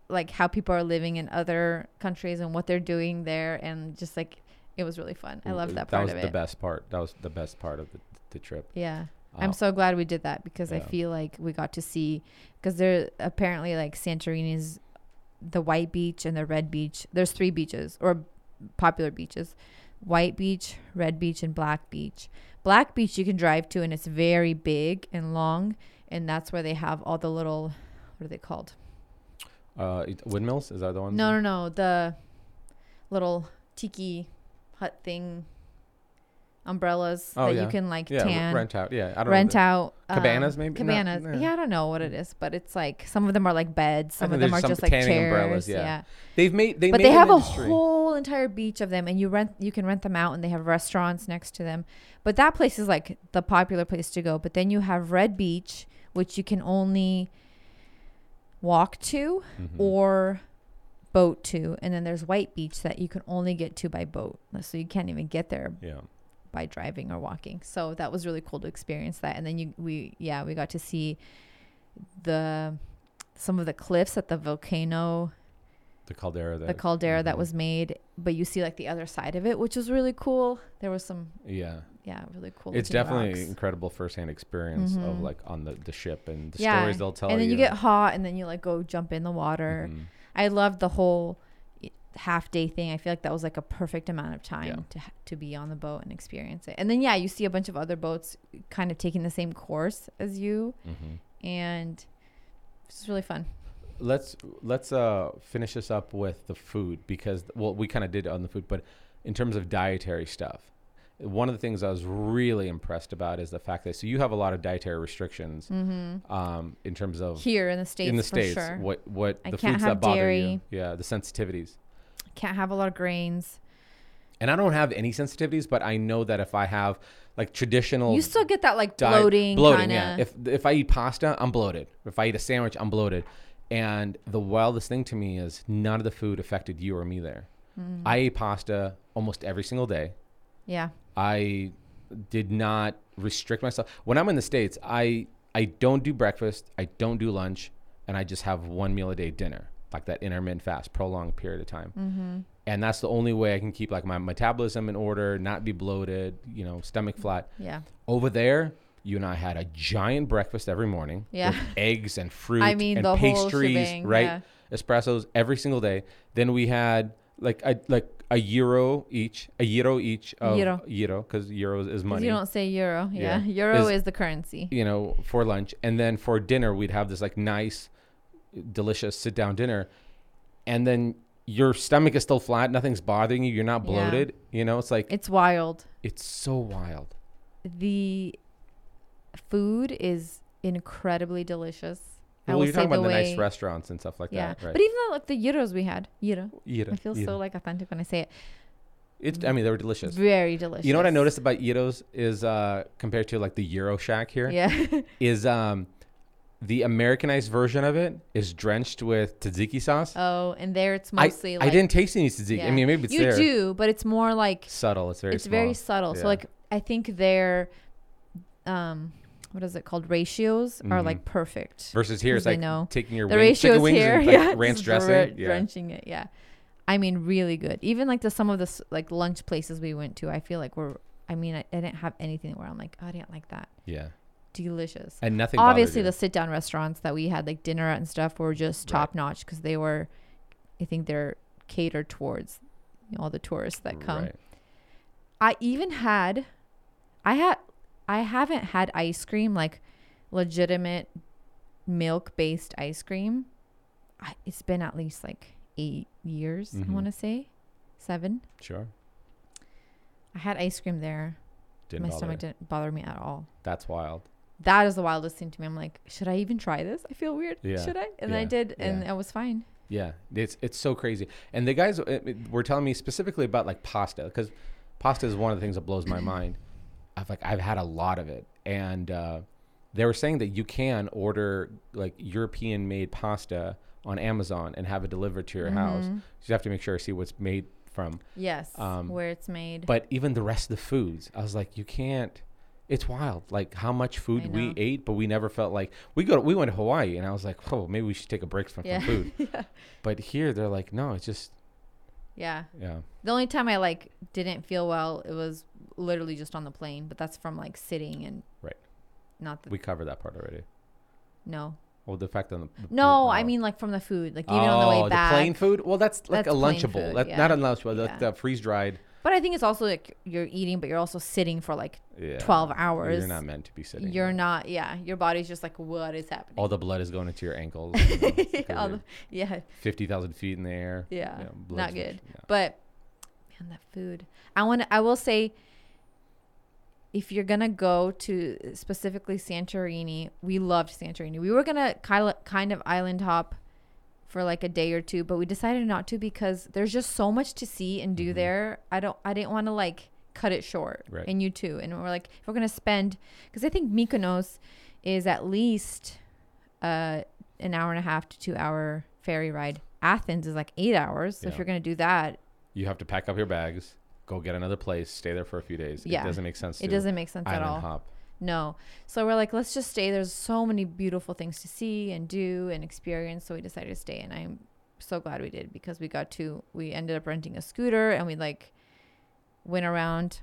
B: like how people are living in other countries and what they're doing there, and just like it was really fun. I loved that
C: That
B: part
C: was
B: of
C: the
B: it.
C: best part. That was the best part of the, the trip.
B: Yeah.
C: Oh.
B: I'm so glad we did that because I
C: Yeah.
B: feel like we got to see because there apparently like Santorini is the white beach and the red beach. There's three beaches or popular beaches. White Beach, Red Beach and Black Beach. Black Beach you can drive to and it's very big and long and that's where they have all the little what are they called?
C: Uh, it- windmills is that the one?
B: No, no, no, the little tiki hut thing umbrellas
C: Oh,
B: that
C: yeah.
B: you can like
C: Yeah, r-
B: tan
C: rent out. Yeah, I don't
B: rent
C: know.
B: out um,
C: Cabanas, maybe? No,
B: cabanas
C: no.
B: yeah i don't know what it is but it's like some of them are like beds some
C: know
B: of them are
C: there's some
B: just like chairs
C: tanning umbrellas,
B: yeah.
C: yeah. They've made they
B: but
C: made
B: they
C: an
B: have a
C: industry.
B: whole entire beach of them and you rent you can rent them out and they have restaurants next to them but that place is like the popular place to go but then you have red beach which you can only walk to
C: Mm-hmm.
B: or boat to and then there's white beach that you can only get to by boat so you can't even get there
C: yeah.
B: by driving or walking. So that was really cool to experience that. And then you we yeah, we got to see the some of the cliffs at the volcano,
C: The caldera.
B: the
C: that-
B: caldera that
C: mhm.
B: was made, but you see like the other side of it, which was really cool. There was some
C: Yeah,
B: yeah, really cool.
C: it's
B: looking
C: definitely
B: rocks.
C: an incredible firsthand experience of like on the, the ship and the stories they'll tell.
B: Mm-hmm. And then you,
C: you Mm-hmm.
B: get hot and then you like go jump in the water. I loved the whole i- half day thing. I feel like that was like a perfect amount of time
C: Yeah.
B: to ha- to be on the boat and experience it. And then yeah, you see a bunch of other boats eh, kind of taking the same course as you
C: Mm-hmm.
B: and it's really fun.
C: let's let's uh finish this up with the food because well we kind of did on the food but in terms of dietary stuff one of the things i was really impressed about is the fact that so you have a lot of dietary restrictions um in terms of
B: Here in the states
C: in the
B: Mm-hmm. for
C: states
B: sure.
C: what what
B: I
C: the
B: can't
C: foods
B: have
C: that bother
B: dairy.
C: you yeah the sensitivities
B: Can't have a lot of grains.
C: and i don't have any sensitivities but i know that if i have like traditional
B: You still get that like
C: diet-
B: bloating,
C: bloating.
B: kind
C: Yeah.
B: of.
C: If if I eat pasta, I'm bloated. If I eat a sandwich, I'm bloated. And the wildest thing to me is none of the food affected you or me there.
B: Mm.
C: I ate pasta almost every single day.
B: yeah.
C: I did not restrict myself. When I'm in the states, I I don't do breakfast, I don't do lunch, and I just have one meal a day dinner, like that intermittent fast, prolonged period of time. And that's the only way I can keep like my metabolism in order, not be bloated, you know, stomach flat.
B: Yeah.
C: Over there, you and I had a giant breakfast every morning
B: Yeah.
C: with eggs and fruit
B: I mean,
C: and
B: the whole
C: pastries,
B: shebang,
C: right?
B: yeah.
C: Espressos every single day. Then we had like a like a euro each, a euro each of
B: Euro.
C: euro because euro is
B: 'Cause
C: money.
B: You don't say euro. Yeah.
C: Yeah.
B: Euro
C: Is-
B: is, the currency.
C: you know, for lunch, and then for dinner we'd have this like nice, delicious sit down dinner, and then your stomach is still flat, nothing's bothering you, you're not
B: Yeah.
C: bloated. You know, it's like
B: It's wild.
C: it's so wild.
B: the food is incredibly delicious. I
C: well,
B: will
C: you're
B: say
C: talking about the,
B: way,
C: nice restaurants and stuff like
B: Yeah,
C: that, right?
B: but even though, like the gyros we had, gyro.
C: Gyro,
B: I feel
C: gyro.
B: so like authentic when I say it.
C: It's, I mean, they were delicious.
B: Very delicious.
C: You know what I noticed about Yitos is uh, compared to like the Euro Shack here is
B: Yeah,
C: um, the Americanized version of it is drenched with tzatziki sauce.
B: oh, and there it's
C: I,
B: mostly.
C: I
B: like,
C: didn't taste any tzatziki.
B: yeah.
C: I mean, maybe it's
B: you
C: there.
B: do, but it's more like
C: Subtle. It's very.
B: it's very
C: small.
B: subtle. So
C: Yeah.
B: like I think their, um, what is it called? Ratios
C: Mm-hmm.
B: are like perfect.
C: versus here, it's
B: they
C: like
B: know.
C: taking your
B: the
C: wing,
B: ratio
C: chicken
B: is
C: wings
B: here.
C: and like,
B: yeah,
C: ranch
B: just
C: dressing.
B: dre-
C: yeah.
B: drenching it. Yeah, I mean, really good. Even like the some of the s- like lunch places we went to, I feel like we're. I mean, I, I didn't have anything where I'm like, oh, I didn't like that.
C: yeah,
B: Delicious.
C: and nothing. bothered
B: Obviously,
C: you.
B: the sit down restaurants that we had, like dinner at and stuff, were just
C: Right.
B: top notch because they were. I think they're catered towards you know, all the tourists that come.
C: Right.
B: I even had, I had, I haven't had ice cream like legitimate milk based ice cream. I, it's been at least like eight years. I
C: Mhm.
B: want to say seven.
C: Sure.
B: I had ice cream there.
C: Didn't
B: My
C: bother
B: stomach
C: you.
B: didn't bother me at all.
C: That's wild.
B: That is the wildest thing to me. I'm like, should I even try this? I feel weird.
C: Yeah.
B: Should I? And I
C: Yeah.
B: did, and
C: Yeah.
B: I was fine.
C: Yeah, it's it's so crazy. And the guys uh, were telling me specifically about like pasta because pasta is one of the things that blows my mind. I've like I've had a lot of it, and uh, they were saying that you can order like European made pasta on Amazon and have it delivered to your house. You just have to make sure see what's made from.
B: Yes,
C: Um,
B: where it's made.
C: But even the rest of the foods, I was like, you can't. It's wild, like how much
B: I
C: food we
B: know.
C: ate, but we never felt like we go. we went to Hawaii, and I was like, oh, maybe we should take a break from,
B: Yeah.
C: from food. But here, they're like, no, it's just
B: yeah.
C: yeah.
B: The only time I like didn't feel well, it was literally just on the plane, but that's from like sitting and
C: Right.
B: Not the
C: We covered that part already.
B: no,
C: Well, the fact on the, the
B: no.
C: food-
B: I
C: oh.
B: mean like from the food, like even on the way back.
C: the plain food. Well, that's like
B: That's
C: a
B: plain
C: lunchable.
B: food,
C: that's
B: yeah.
C: not a lunchable. That's
B: Yeah.
C: the freeze dried.
B: But I think it's also like you're eating, but you're also sitting for like
C: Yeah.
B: 12
C: You're
B: hours.
C: not meant to be sitting.
B: You're
C: there.
B: not. Yeah, your body's just like, what is happening?
C: All the blood is going into your ankles. you know, 'cause
B: All
C: you're
B: the- yeah,
C: 50,000 feet in the air.
B: yeah,
C: you know, blood's
B: not
C: rushing
B: good.
C: down.
B: But man, that food. I want. to I will say, if you're gonna go to specifically Santorini, we loved Santorini. We were gonna kind of kind of island hop for like a day or two, but we decided not to because there's just so much to see and do there. I don't. I didn't want to like cut it short.
C: Mm-hmm. Right.
B: And you too. And we're like, if we're gonna spend, because I think Mykonos is at least uh, an hour and a half to two hour ferry ride. Athens is like eight hours. So if
C: Yeah.
B: you're gonna do that,
C: You have to pack up your bags, go get another place, stay there for a few days.
B: Yeah.
C: It doesn't make sense.
B: it
C: to
B: doesn't make sense
C: island
B: at all.
C: hop.
B: No. So we're like, let's just stay. There's so many beautiful things to see and do and experience. So we decided to stay. And I'm so glad we did because we got to, we ended up renting a scooter and we like went around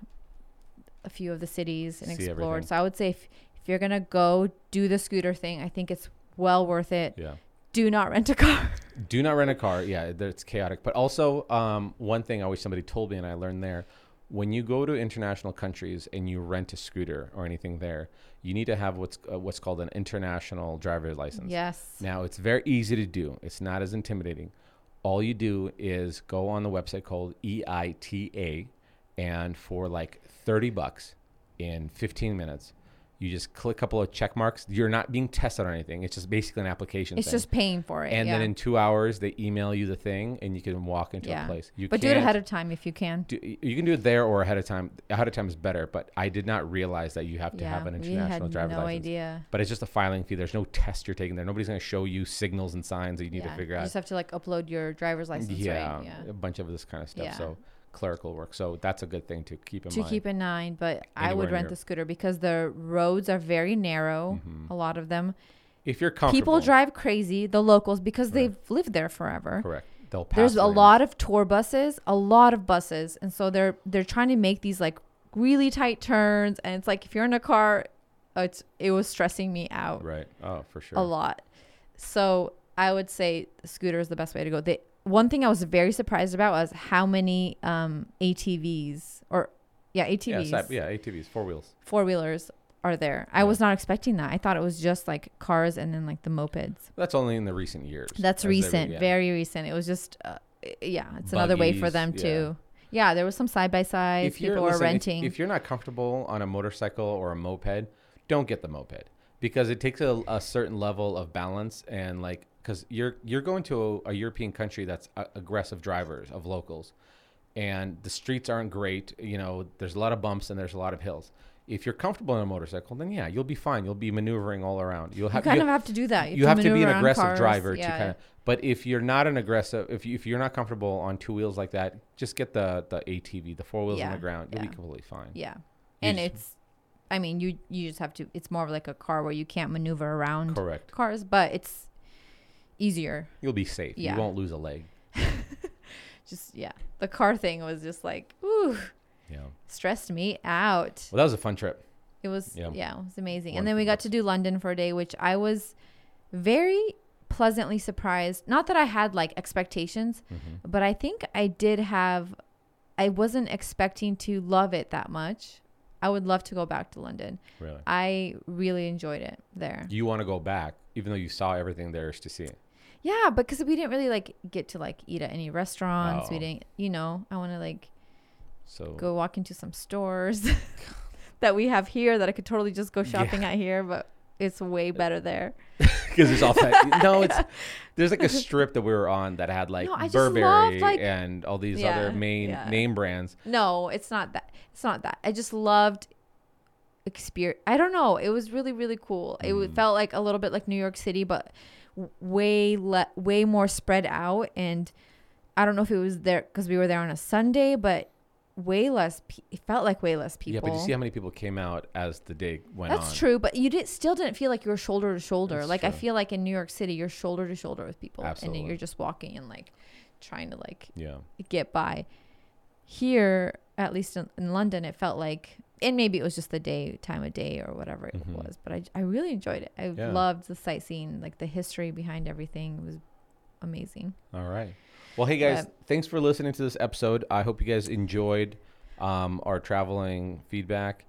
B: a few of the cities and
C: See
B: explored.
C: everything.
B: So I would say if, if you're going to go do the scooter thing, I think it's well worth it.
C: Yeah.
B: Do not rent a car.
C: Do not rent a car. Yeah, there- it's chaotic. But also, um, one thing I wish somebody told me and I learned there when you go to international countries and you rent a scooter or anything there, you need to have what's, uh, what's called an international driver's license.
B: yes.
C: Now, it's very easy to do, it's not as intimidating. All you do is go on the website called E EITA, and for like 30 bucks in 15 minutes, you just click a couple of check marks. You're not being tested or anything. It's just basically an application.
B: It's
C: thing.
B: just paying for it.
C: And
B: yeah.
C: then in two hours, they email you the thing, and you can walk into
B: yeah.
C: a place. You
B: but do it
C: can't
B: ahead of time if you can.
C: do- you can do it there or ahead of time. Ahead of time is better, but I did not realize that you have to have an
B: we
C: international
B: had
C: driver's
B: no
C: license.
B: idea.
C: But it's just a filing fee. There's no test you're taking there. Nobody's going to show you signals and signs that you need to figure
B: you
C: out.
B: just have to like upload your driver's license,
C: yeah,
B: right? Yeah.
C: a bunch of this kind of stuff.
B: Yeah.
C: So clerical work. So that's a good thing to keep in
B: To
C: mind.
B: keep in mind, but I
C: Anywhere
B: would
C: in
B: rent the
C: Europe.
B: scooter because the roads are very narrow. A lot of them.
C: if you're Mm-hmm. comfortable,
B: People drive crazy, the locals, because they've lived there forever.
C: Correct. They'll pass.
B: There's a
C: lanes.
B: lot of tour buses, a lot of buses, and so they're they're trying to make these like really tight turns, and it's like if you're in a car, it's it was stressing me out.
C: Right. Oh, for sure.
B: a lot. So I would say the scooter is the best way to go. The one thing I was very surprised about was how many um, ATVs or yeah
C: Yeah,
B: ATVs
C: side, yeah, ATVs, four wheels.
B: four wheelers are there. I
C: Yeah.
B: was not expecting that. I thought it was just like cars and then like the mopeds.
C: That's only in the recent years.
B: That's
C: As they were-
B: recent,
C: yeah.
B: very recent. It was just uh, yeah, it's another way for
C: Buggies,
B: them
C: yeah.
B: to. Yeah, there was some side by sides. People were
C: listen, if-
B: renting.
C: If, you're not comfortable on a motorcycle or a moped, don't get the moped because it takes a, a certain level of balance and like because you're you're going to a, a European country that's uh, aggressive drivers of locals, and the streets aren't great. You know, there's a lot of bumps and there's a lot of hills. If you're comfortable on a motorcycle, then yeah, you'll be fine. You'll be maneuvering all around. You'll
B: you
C: have
B: kind of
C: you'll-
B: have to do that.
C: you have to be
B: maneuver
C: an
B: around
C: aggressive
B: cars.
C: driver to
B: Yeah.
C: kind of but if you're not an aggressive if, you, if you're not comfortable on two wheels like that just get the the atv the four wheels on
B: Yeah,
C: the ground you'll
B: yeah.
C: be completely fine
B: Yeah.
C: You
B: and
C: just-
B: it's I mean, you you just have to it's more of like a car where you can't maneuver around
C: correct
B: cars, but it's easier.
C: you'll be safe
B: Yeah.
C: you won't lose a leg
B: Just yeah. The car thing was just like, ooh,
C: yeah well
B: stressed me out.
C: that was a fun trip
B: It was yeah,
C: Yeah.
B: it was amazing. and then we got
C: Wonderful.
B: to do London for a day, which I was very pleasantly surprised. Not that I had like expectations, but I think I did have I wasn't expecting to love it that much. I would love to go back to London.
C: really
B: I really enjoyed it there.
C: you want to go back even though you saw everything there is to see
B: Yeah, because we didn't really like get to like eat at any restaurants. We
C: Oh.
B: didn't, you know. I want to like
C: so
B: go walk into some stores that we have here that I could totally just go shopping at here, but it's way better there.
C: because it's authentic. no, it's there's like a strip that we were on that had like
B: No, I just
C: Burberry
B: loved, like-
C: and all these
B: Yeah,
C: other main
B: yeah.
C: name brands.
B: No, it's not that. It's not that. I just loved experience. I don't know. It was really really cool. It
C: Mm.
B: w- felt like a little bit like New York City, but w- way le- way more spread out. And I don't know if it was there because we were there on a Sunday, but way less. Pe- it felt like way less people.
C: Yeah, but you see how many people came out as the day went
B: That's
C: on.
B: true, but you did still didn't feel like you were shoulder to shoulder.
C: That's
B: like I
C: true.
B: feel like in New York City, you're shoulder to shoulder with people, and
C: Absolutely.
B: then you're just walking and like trying to like
C: Yeah,
B: get by. Here, at least in, in London, it felt like, and maybe it was just the day, time of day, or whatever it was. But I, I really enjoyed it. I
C: Mm-hmm. Yeah.
B: loved the sightseeing, like the history behind everything was amazing.
C: all right. Well, hey guys, thanks for listening to this episode. I hope you guys enjoyed um, our traveling feedback.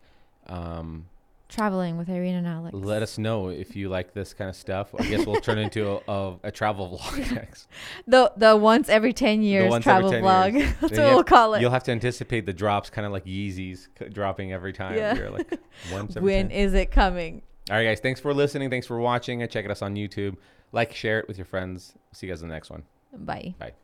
C: Um,
B: Traveling with Irene and Alex.
C: let us know if you like this kind of stuff. I guess we'll turn into a, a, a travel vlog next.
B: the the once every ten
C: The
B: years
C: once every
B: travel
C: 10
B: vlog.
C: years.
B: That's what
C: Then you
B: we'll
C: have-
B: call it.
C: You'll have to anticipate the drops, kind of like Yeezys c- dropping every time.
B: Yeah.
C: You're like, once every
B: When
C: 10.
B: is it coming?
C: All right, guys. Thanks for listening. Thanks for watching. Check us on YouTube. Like, share it with your friends. See you guys in the next one.
B: Bye.
C: Bye.